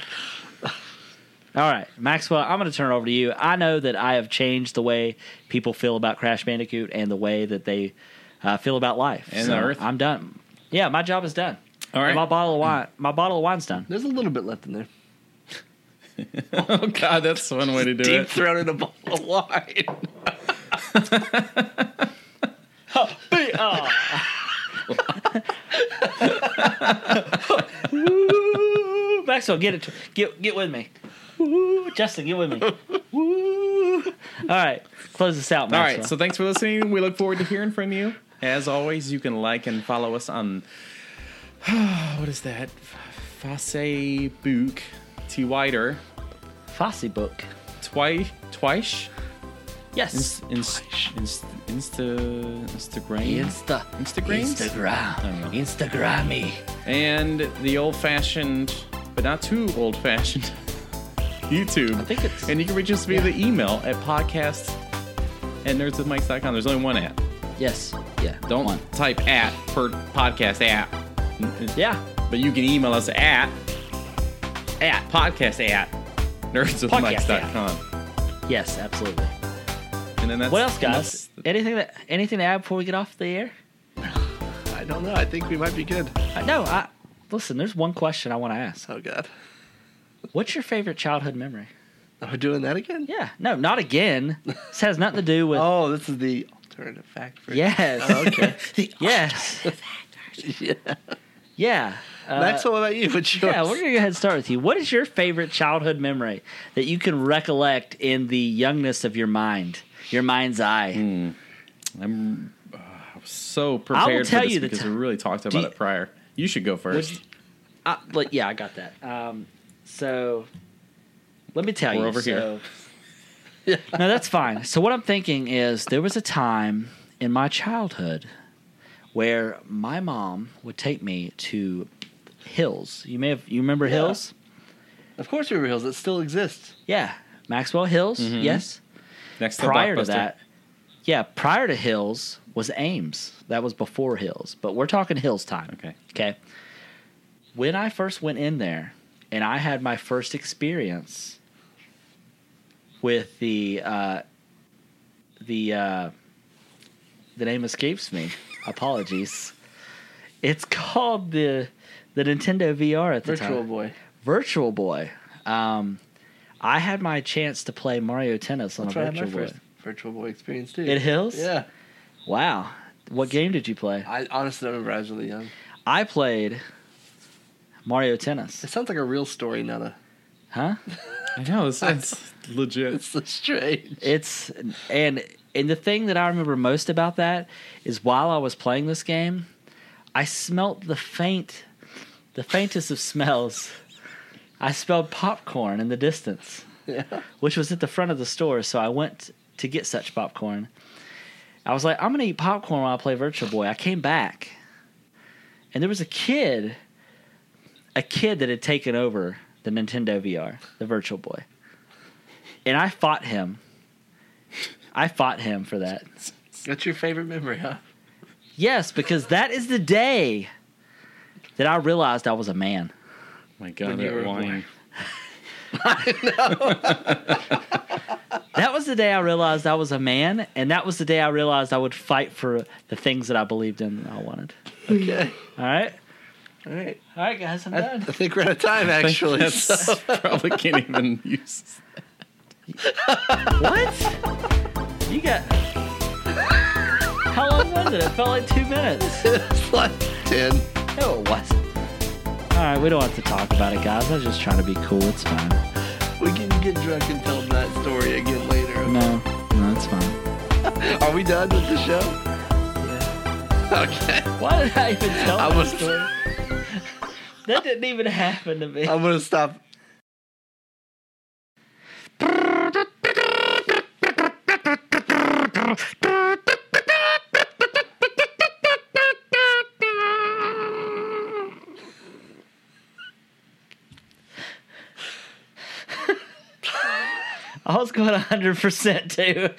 [SPEAKER 3] All right, Maxwell, I'm going to turn it over to you. I know that I have changed the way people feel about Crash Bandicoot and the way that they uh, feel about life.
[SPEAKER 2] And the Earth.
[SPEAKER 3] I'm done. Yeah, my job is done.
[SPEAKER 2] All
[SPEAKER 3] And
[SPEAKER 2] right.
[SPEAKER 3] my bottle of wine, my bottle of
[SPEAKER 2] <laughs>
[SPEAKER 3] wine's done.
[SPEAKER 4] There's a little bit left in there.
[SPEAKER 2] oh god, that's one way to do
[SPEAKER 4] Deep
[SPEAKER 2] it.
[SPEAKER 4] throated a bowl of wine. <laughs>
[SPEAKER 3] Woo! Maxwell, get it, get get with me. Woo! Justin, get
[SPEAKER 2] <laughs>
[SPEAKER 3] with me. Woo! All right, close this out,
[SPEAKER 2] All
[SPEAKER 3] Maxwell.
[SPEAKER 2] right. So thanks for listening. We look forward to hearing from you. As always, you can like and follow us on <sighs> what is that? Facebook, T Wider,
[SPEAKER 3] Fosse book.
[SPEAKER 2] Twi Twice,
[SPEAKER 3] Yes.
[SPEAKER 2] Inst, inst, inst, Insta Instagram,
[SPEAKER 3] Insta.
[SPEAKER 2] Instagrams? Oh.
[SPEAKER 3] Instagram.
[SPEAKER 2] I don't know.
[SPEAKER 3] Instagram me.
[SPEAKER 2] and the old-fashioned, but not too old-fashioned, <laughs> YouTube.
[SPEAKER 3] I think it's.
[SPEAKER 2] And you can reach us via the email at podcast at nerdswithmikes.com. There's only one app.
[SPEAKER 3] Yes. Yeah.
[SPEAKER 2] Don't
[SPEAKER 4] <laughs>
[SPEAKER 2] type at per podcast app.
[SPEAKER 3] Yeah.
[SPEAKER 2] But you can email us at at podcast at nerdswithmikes.com.
[SPEAKER 3] Yes. Absolutely.
[SPEAKER 2] And then that's
[SPEAKER 3] What else,
[SPEAKER 2] and
[SPEAKER 3] guys?
[SPEAKER 2] that's-
[SPEAKER 3] Anything that anything to add before we get off the air?
[SPEAKER 4] I don't know. I think we might be good.
[SPEAKER 3] Uh, no. I listen. There's one question I want to ask.
[SPEAKER 4] Oh god.
[SPEAKER 3] What's your favorite childhood memory?
[SPEAKER 4] Are we doing that again?
[SPEAKER 3] Yeah. No. Not again. This has nothing to do with.
[SPEAKER 4] <laughs> Oh, this is the alternative fact for
[SPEAKER 3] Yes.
[SPEAKER 4] Oh, <laughs> okay.
[SPEAKER 3] <laughs>
[SPEAKER 4] <laughs>
[SPEAKER 3] yes.
[SPEAKER 4] yeah.
[SPEAKER 3] Yeah. Uh,
[SPEAKER 4] Maxwell, what about you? What's yours?
[SPEAKER 3] Yeah, we're gonna go ahead and start with you. What is your favorite childhood memory that you can recollect in the youngness of your mind, your mind's eye?
[SPEAKER 2] I'm uh, I was so prepared
[SPEAKER 3] tell
[SPEAKER 2] for this
[SPEAKER 3] you the
[SPEAKER 2] because
[SPEAKER 3] ti-
[SPEAKER 2] we really talked about
[SPEAKER 3] you-
[SPEAKER 2] it prior. You should go first.
[SPEAKER 3] Uh, but yeah, I got that. Um, so let me tell
[SPEAKER 2] We're
[SPEAKER 3] you.
[SPEAKER 2] over
[SPEAKER 3] so- no, that's fine. So what I'm thinking is there was a time in my childhood where my mom would take me to Hills. You may have you remember Hills?
[SPEAKER 4] Of course, River Hills. It still exists.
[SPEAKER 3] Yeah. Maxwell Hills,
[SPEAKER 2] Mm-hmm.
[SPEAKER 3] yes.
[SPEAKER 2] Next to
[SPEAKER 3] prior to
[SPEAKER 2] Blockbuster.
[SPEAKER 3] that, yeah, prior to Hills was Ames. That was before Hills, but we're talking Hills time.
[SPEAKER 2] Okay.
[SPEAKER 3] Okay. when I first went in there and I had my first experience with the uh, the uh, the name
[SPEAKER 4] <laughs>
[SPEAKER 3] escapes me. Apologies. It's called the the Nintendo VR at the
[SPEAKER 4] Virtual
[SPEAKER 3] time.
[SPEAKER 4] Boy.
[SPEAKER 3] Virtual Boy. Um, I had my chance to play Mario Tennis on
[SPEAKER 4] That's
[SPEAKER 3] a
[SPEAKER 4] where I had my
[SPEAKER 3] Virtual Boy.
[SPEAKER 4] first Virtual Boy experience too.
[SPEAKER 3] It hills.
[SPEAKER 4] Yeah.
[SPEAKER 3] Wow. What game did you play?
[SPEAKER 4] I honestly don't remember. I was really young.
[SPEAKER 3] I played Mario
[SPEAKER 4] It
[SPEAKER 3] Tennis.
[SPEAKER 4] sounds like a real story, not a.
[SPEAKER 3] Huh?
[SPEAKER 2] <laughs> I know it's, it's
[SPEAKER 4] <laughs>
[SPEAKER 2] legit.
[SPEAKER 3] Oh
[SPEAKER 4] It's so strange.
[SPEAKER 3] It's and and the thing that I remember most about that is while I was playing this game, I smelt the faint, the faintest of smells. I smelled popcorn in the distance,
[SPEAKER 4] Yeah.
[SPEAKER 3] which was at the front of the store. So I went to get such popcorn. I was like, I'm gonna eat popcorn while I play Virtual Boy. I came back, and there was a kid, a kid that had taken over the Nintendo VR, the Virtual Boy, and I fought him. I fought him for that.
[SPEAKER 4] That's your favorite memory,
[SPEAKER 3] <laughs>
[SPEAKER 4] huh?
[SPEAKER 3] Yes, because that is the day that I realized I was a man.
[SPEAKER 2] My God,
[SPEAKER 4] When you
[SPEAKER 2] that
[SPEAKER 4] were born.
[SPEAKER 2] wine.
[SPEAKER 3] That was the day I realized I was a man, and that was the day I realized I would fight for the things that I believed in and I wanted.
[SPEAKER 4] Okay.
[SPEAKER 3] All right?
[SPEAKER 4] All right.
[SPEAKER 3] All right, guys, I'm
[SPEAKER 4] I, I
[SPEAKER 3] done.
[SPEAKER 4] think we're out of time, actually. <laughs>
[SPEAKER 2] That's <laughs> probably can't even use.
[SPEAKER 3] what? You got. How long was it? It felt like two minutes.
[SPEAKER 4] it's like 10.
[SPEAKER 3] No, it wasn't. All right, we don't have to talk about it, guys. I was just trying to be cool. It's fine.
[SPEAKER 4] We can get drunk and tell that story again later.
[SPEAKER 3] No, no, it's fine.
[SPEAKER 4] Are we done with the show? Okay.
[SPEAKER 3] Why did I even tell
[SPEAKER 4] I
[SPEAKER 3] that
[SPEAKER 4] was-
[SPEAKER 3] story? That didn't even happen to me.
[SPEAKER 4] I'm going to stop.
[SPEAKER 3] I was going 100% too.